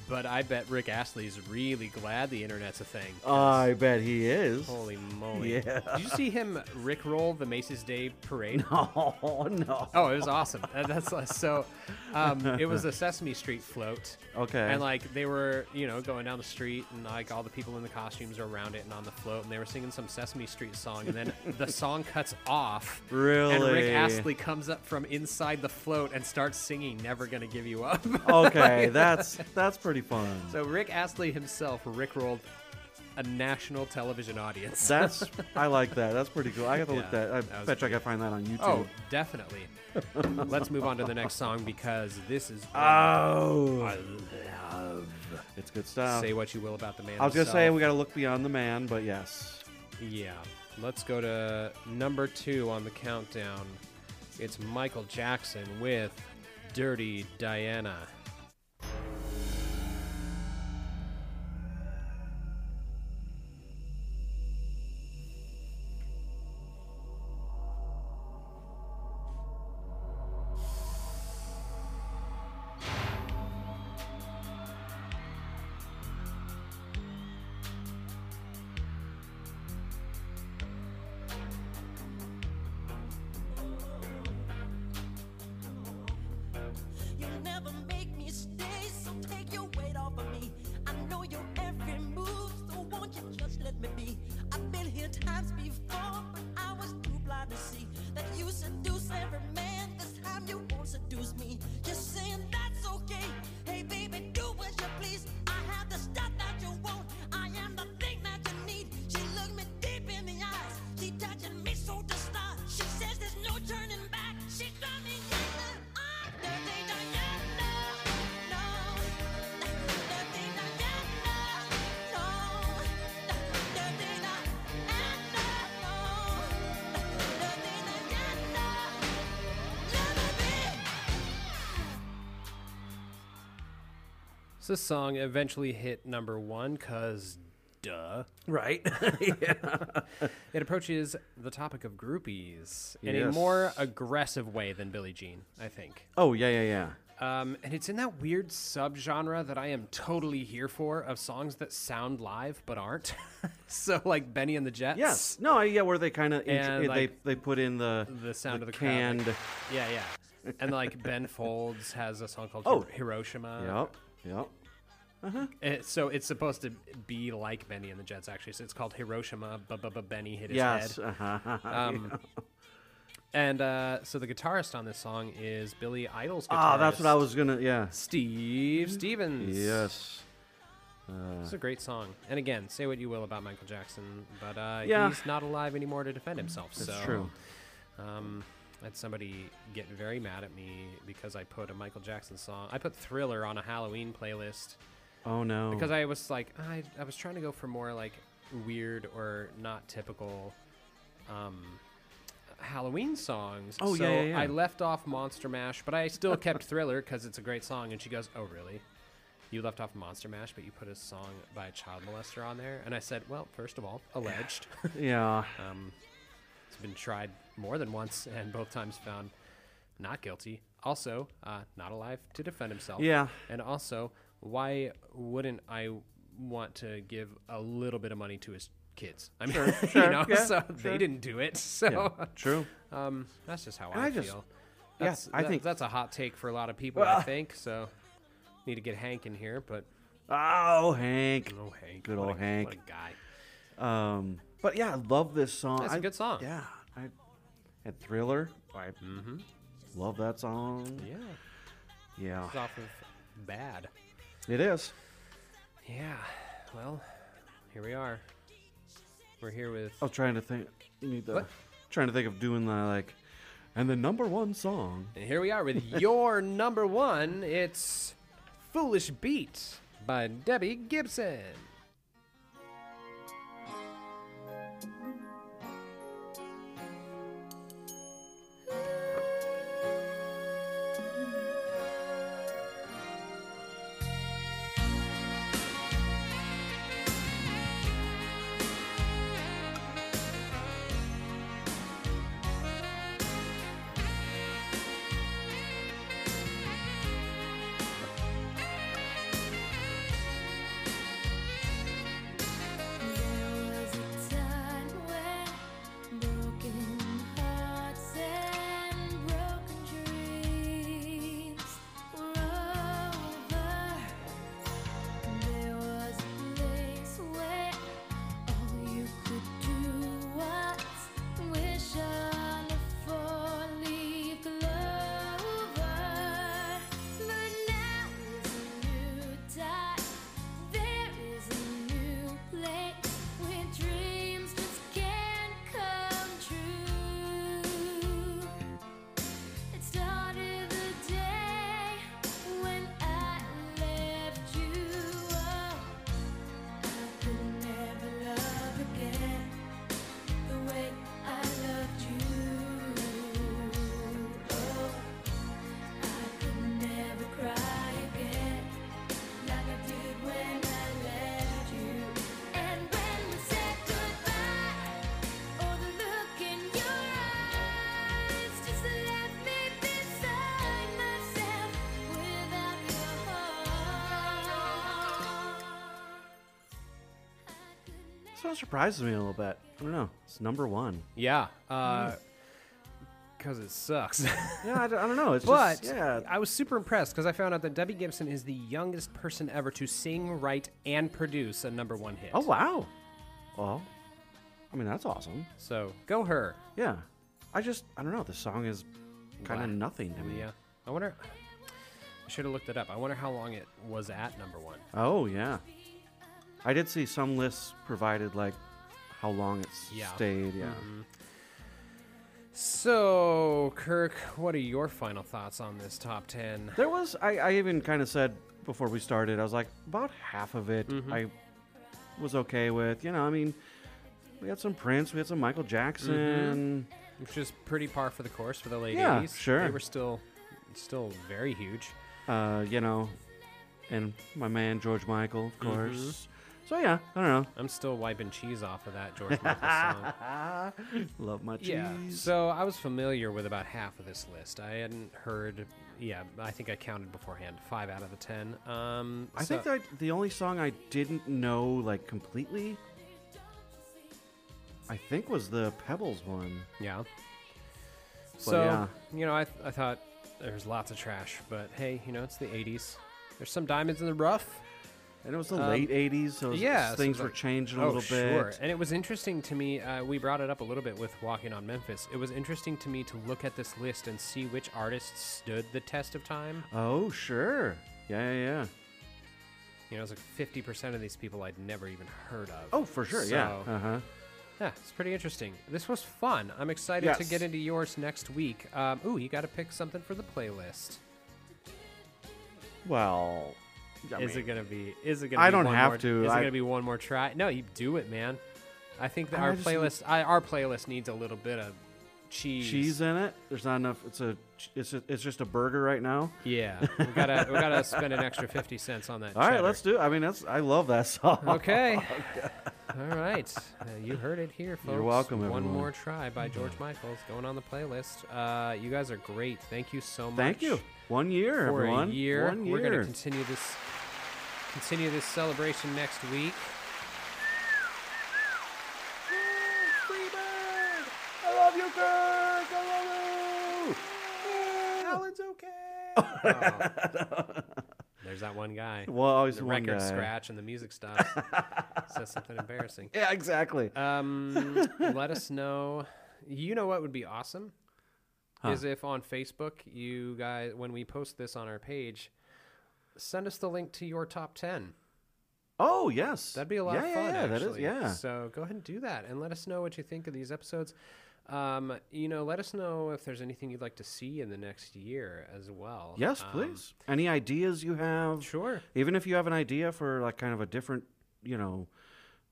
S1: But I bet Rick Astley's really glad the internet's a thing. 'cause
S2: I bet he is.
S1: holy moly.
S2: Uh, Yeah.
S1: Did you see him rickroll the Macy's Day parade?
S2: (laughs) Oh no.
S1: Oh, it was awesome. Uh, That's uh, so. Um, it
S2: (laughs)
S1: was a Sesame Street float.
S2: Okay.
S1: And like they were, you know, going down the street, and like all the people in the costumes are around it and on the float, and they were singing some Sesame Street song,
S2: (laughs)
S1: and then the song cuts off. And
S2: Really?
S1: Rick Astley comes up from inside the float and starts singing "Never Gonna Give You Up." (laughs)
S2: (laughs) Okay, that's that's pretty fun.
S1: so Rick Astley himself rickrolled a national television
S2: (laughs)
S1: audience.
S2: That's I like that. That's pretty cool. I gotta
S1: Yeah,
S2: look that. I
S1: that was
S2: bet you I gotta find that on YouTube.
S1: Oh, definitely. Let's move on to the next song because this is
S2: (laughs) Oh. It's good stuff.
S1: say what you will about the man.
S2: I was gonna say
S1: himself.
S2: we gotta look beyond the man, but yes.
S1: Yeah. Let's go to number two on the countdown. It's Michael Jackson with Dirty Diana.
S4: You'll never make me stay, so take your weight off of me. I know your every move, so won't you just let me be? I've been here times before, but I was too blind to see that you seduce every man. This time you won't seduce me. You're saying that's okay. Hey, baby, do what you please. I have the stuff that you want. I am the thing that you need. She looked me deep in the eyes. She touching me so to start. She says there's no turning back. She got me yelling. I'm dirty Diana. No, dirty Diana. No, dirty Diana. No, dirty Diana. Never be.
S1: So this song eventually hit number one because duh. (laughs)
S2: Right.
S1: It approaches the topic of groupies in a
S2: Yes.
S1: more aggressive way than Billie Jean, I think.
S2: oh yeah, yeah, yeah.
S1: Um, and it's in that weird subgenre that I am totally here for of songs that sound live but aren't. (laughs) so like Benny and the Jets.
S2: Yes. No. I- Yeah. Where they kind of
S1: And, like,
S2: they they put in the
S1: the sound of the crowd,
S2: canned.
S1: like- Yeah, yeah. And like Ben Folds has a song called
S2: Oh.
S1: Hir- Hiroshima.
S2: Yep. Yep.
S1: Yep. So it's supposed to be like Benny and the Jets, actually. So it's called Hiroshima. But Benny hit his
S2: Yes.
S1: head.
S2: Uh-huh. (laughs)
S1: Um, And uh, so the guitarist on this song is Billy Idol's guitarist.
S2: Ah, that's what I was gonna. Yeah.
S1: Steve Stevens.
S2: Yes.
S1: It's a great song. And again, say what you will about Michael Jackson, but uh,
S2: Yeah.
S1: he's not alive anymore to defend himself.
S2: That's
S1: so,
S2: true.
S1: Um, I had somebody get very mad at me because I put a Michael Jackson song. I put Thriller on a Halloween playlist
S2: Oh no.
S1: because I was like, I, I was trying to go for more like weird or not typical um, Halloween songs.
S2: Oh,
S1: so
S2: yeah, yeah, yeah.
S1: I left off Monster Mash, but I
S2: (laughs)
S1: still kept Thriller because it's a great song. And she goes, Oh, really? You left off Monster Mash, but you put a song by a child molester on there? And I said, Well, first
S2: (laughs)
S1: of all, alleged. (laughs)
S2: yeah.
S1: um, it's been tried more than once and both times found not guilty. Also, uh, not alive to defend himself.
S2: Yeah.
S1: And also, why wouldn't I want to give a little bit of money to his kids? I mean, (laughs) you
S2: sure,
S1: know,
S2: yeah,
S1: so they
S2: sure.
S1: didn't do it. (laughs) So
S2: True.
S1: um, that's just how
S2: I
S1: I,
S2: just-
S1: feel.
S2: yeah,
S1: That's,
S2: I
S1: that-
S2: think-
S1: that's a hot take for a lot of people.
S2: (laughs)
S1: I think so. Need to get Hank in here, but
S2: Oh, Hank.
S1: oh, Hank,
S2: Good
S1: what
S2: old
S1: a-
S2: Hank.
S1: what a guy.
S2: Um, but yeah, I love this song.
S1: That's a
S2: I-
S1: good song. mm-hmm.
S2: Yeah, I, and Thriller. I love that song.
S1: Yeah.
S2: Yeah,
S1: It's off of bad.
S2: it is.
S1: Yeah. Well, here we are. We're here with
S2: I was trying to think. You need the
S1: What?
S2: trying to think of doing the like, and the number one song.
S1: And here we are with (laughs) your number one. It's Foolish Beat by Debbie Gibson.
S4: There is a new place where dreams just can't come true. It started the day when I left you. Oh, I could never love again the way I loved you. Oh, I could never cry again. Like I did when I left you, and when we said goodbye, oh the look in your eyes just left me beside myself without your heart.
S2: This one surprises me a little bit. I don't know. It's number one.
S1: Yeah.
S2: Mm.
S1: Because it sucks. (laughs)
S2: Yeah, I, d- I don't know. It's
S1: but
S2: just, yeah,
S1: I was super impressed because I found out that Debbie Gibson is the youngest person ever to sing, write, and produce a number one hit.
S2: Oh wow! Well, I mean that's awesome.
S1: So go her.
S2: Yeah, I just I don't know. The song is kind
S1: Wow.
S2: of nothing to me.
S1: Yeah. I wonder. I should have looked it up. I wonder how long it was at number one.
S2: Oh yeah, I did see some lists provided like how long it s-
S1: Yeah.
S2: stayed. Yeah, Mm-hmm.
S1: So, Kirk, what are your final thoughts on this top 10?
S2: there was I, I even kind of said before we started I was like about half of it
S1: Mm-hmm.
S2: I was okay with. You know, I mean we had some Prince, we had some Michael Jackson.
S1: which is pretty par for the course for the late
S2: Yeah,
S1: 80s.
S2: sure.
S1: They were still still very huge.
S2: Uh, you know, and my man George Michael, of
S1: Mm-hmm.
S2: course. So yeah, I don't know.
S1: I'm still wiping cheese off of that George
S2: (laughs)
S1: Michael song.
S2: Love my cheese.
S1: Yeah. So I was familiar with about half of this list. I hadn't heard yeah, I think I counted beforehand. 5 out of the 10. Um
S2: I
S1: so-
S2: think that the only song I didn't know like completely, I think was the Pebbles one.
S1: Yeah. So,
S2: yeah.
S1: you know, I, I thought there's lots of trash, but hey, you know, it's the 80s. There's some diamonds in the rough.
S2: And it was the
S1: Um,
S2: late '80s, so it was-
S1: yeah, so
S2: things
S1: it's
S2: were
S1: like-
S2: changing a
S1: oh,
S2: little bit.
S1: Sure. And it was interesting to me. Uh, we brought it up a little bit with Walking on Memphis. It was interesting to me to look at this list and see which artists stood the test of time.
S2: Oh, sure. Yeah, yeah, yeah.
S1: You know, it's like fifty percent of these people I'd never even heard of.
S2: Oh, for sure. Yeah.
S1: So,
S2: Uh huh.
S1: yeah, it's pretty interesting. This was fun. I'm excited to
S2: Yes.
S1: get into yours next week. Um, ooh, you got to pick something for the playlist.
S2: Well, I
S1: is it
S2: mean,
S1: gonna be? Is it gonna?
S2: I
S1: be
S2: don't
S1: one
S2: have
S1: more,
S2: to.
S1: Is
S2: I-
S1: it gonna be one more try? No, you do it, man. I think that
S2: I
S1: our
S2: just-
S1: playlist, I, our playlist needs a little bit of cheese.
S2: cheese in it? There's not enough. It's a. It's a, it's just a burger right now.
S1: Yeah, we gotta we gotta spend an extra fifty cents on that.
S2: All right,
S1: cheddar.
S2: let's do. it. I mean, that's. I love that (laughs) song.
S1: Okay. All right, uh, you heard it here, folks.
S2: You're welcome,
S1: One
S2: everyone.
S1: more try by George Michaels going on the playlist. Uh, you guys are great. Thank you so much.
S2: Thank you. One year,
S1: for
S2: everyone.
S1: a year.
S2: One year.
S1: We're gonna continue this continue this celebration next week.
S2: Freebird! I love you, Kirk! I love you! Alan's okay!
S1: There's that one guy.
S2: Well, always
S1: the
S2: one
S1: record
S2: guy.
S1: scratch and the music
S2: (laughs)
S1: stops. Says something embarrassing.
S2: Yeah, exactly.
S1: Um, let Mm, us know You know what would be awesome is if on Facebook you guys, when we post this on our page, send us the link to your top ten.
S2: Oh yes,
S1: That'd be a lot
S2: yeah,
S1: of
S2: yeah,
S1: fun.
S2: Yeah, that is.
S1: actually.
S2: Yeah,
S1: So go ahead and do that, and let us know what you think of these episodes. Um, you know, let us know if there's anything you'd like to see in the next year as well.
S2: yes,
S1: Um,
S2: please. Any ideas you have?
S1: Sure.
S2: Even if you have an idea for like kind of a different, you know,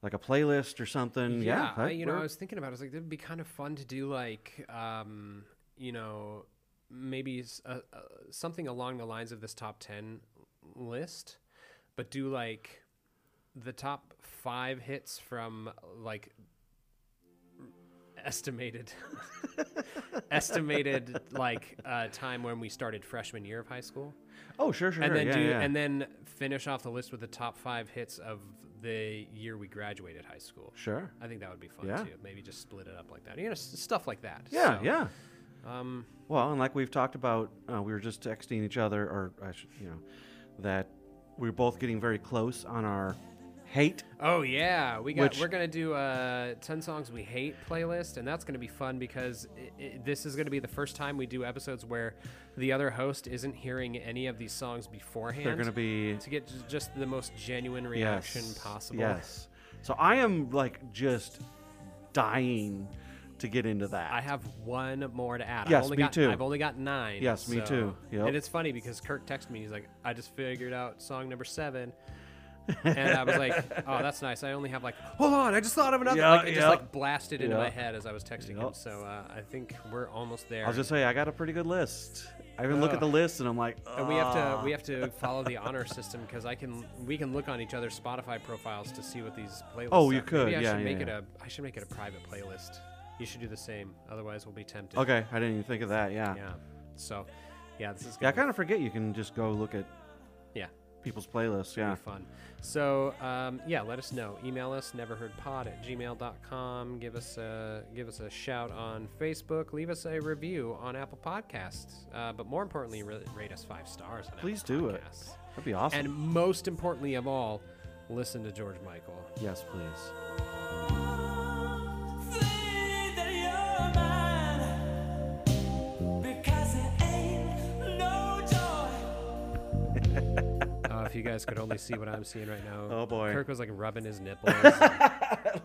S2: like a playlist or something. Yeah,
S1: I-
S2: that-
S1: you know, I
S2: we're-
S1: was thinking about. it. I was like, it'd be kind of fun to do like, um, you know, maybe s- uh, uh, something along the lines of this top ten list, but do like the top five hits from like estimated (laughs) estimated like uh, time when we started freshman year of high school
S2: oh sure, sure,
S1: and
S2: sure,
S1: then
S2: yeah,
S1: do
S2: yeah.
S1: and then finish off the list with the top five hits of the year we graduated high school
S2: sure.
S1: I think that would be fun
S2: Yeah.
S1: too. Maybe just split it up like that. You know, s- stuff like that.
S2: Yeah,
S1: So,
S2: yeah.
S1: Um,
S2: Well, and like we've talked about, uh, we were just texting each other, or I should, you know, that we are both getting very close on our hate.
S1: oh yeah, we got.
S2: Which-
S1: we're gonna do a ten songs we hate playlist, and that's gonna be fun because i i this is gonna be the first time we do episodes where the other host isn't hearing any of these songs beforehand.
S2: They're going to be
S1: to get j- just the most genuine reaction
S2: yes,
S1: possible.
S2: Yes. So I am like just dying to get into that.
S1: I have one more to add.
S2: Yes,
S1: I've only
S2: me
S1: got,
S2: too.
S1: I've only got nine.
S2: Yes, me
S1: so-
S2: too. Yep.
S1: And it's funny because Kirk texted me. He's like, "I just figured out song number seven. and I was like,
S2: (laughs)
S1: "Oh, that's nice." I only have like, hold on, I just thought of another.
S2: Yeah,
S1: like, it
S2: yeah.
S1: just like blasted into
S2: Yeah.
S1: my head as I was texting
S2: Yeah.
S1: him. So uh, I think we're almost there.
S2: I'll just say I got a pretty good list. I even look at the list and I'm like,
S1: and we have to
S2: "Ugh."
S1: we have to follow the
S2: (laughs)
S1: honor system because I can we can look on each other's Spotify profiles to see what these playlists.
S2: Oh,
S1: are.
S2: you could,
S1: Maybe I
S2: yeah,
S1: should
S2: yeah,
S1: make it
S2: yeah.
S1: a I should make it a private playlist. You should do the same. Otherwise, we'll be tempted.
S2: Okay, I didn't even think of that. Yeah. Yeah,
S1: Yeah. So, yeah, this is
S2: I
S1: gonna
S2: kind of forget you can just go look at
S1: be, yeah
S2: people's playlists. Yeah.
S1: be fun. So, um, yeah, let us know. Email us neverheardpod at gmail.com. Give us a give us a shout on Facebook. Leave us a review on Apple Podcasts. Uh, but more importantly, ra- rate us five stars. On
S2: Please
S1: Apple
S2: do it.
S1: Podcasts.
S2: That'd be awesome.
S1: And most importantly of all, listen to George Michael.
S2: yes, please.
S1: Uh, if you guys could only see what I'm seeing right now.
S2: Oh, boy.
S1: Kirk was like rubbing his nipples. (laughs) and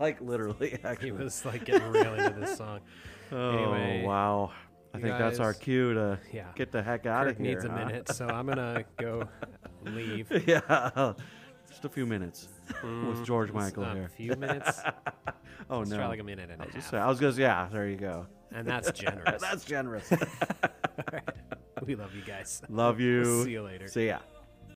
S2: (laughs) like literally, actually.
S1: he was like getting real into this song.
S2: oh
S1: anyway,
S2: wow! I
S1: you
S2: think that's our
S1: guys-
S2: cue to
S1: Yeah.
S2: get the heck out of
S1: Kirk
S2: here.
S1: needs a
S2: huh?
S1: minute, so I'm gonna go leave.
S2: (laughs) yeah, just a few minutes
S1: Mm-hmm.
S2: with George Michael
S1: a
S2: here.
S1: few minutes.
S2: Oh
S1: Let's
S2: no!
S1: try like a minute and a
S2: I was just
S1: half.
S2: saying- I was gonna say, yeah. There you go.
S1: and
S2: (laughs)
S1: that's generous. (laughs)
S2: That's generous.
S1: we love you guys.
S2: Love you.
S1: See you later.
S2: See ya.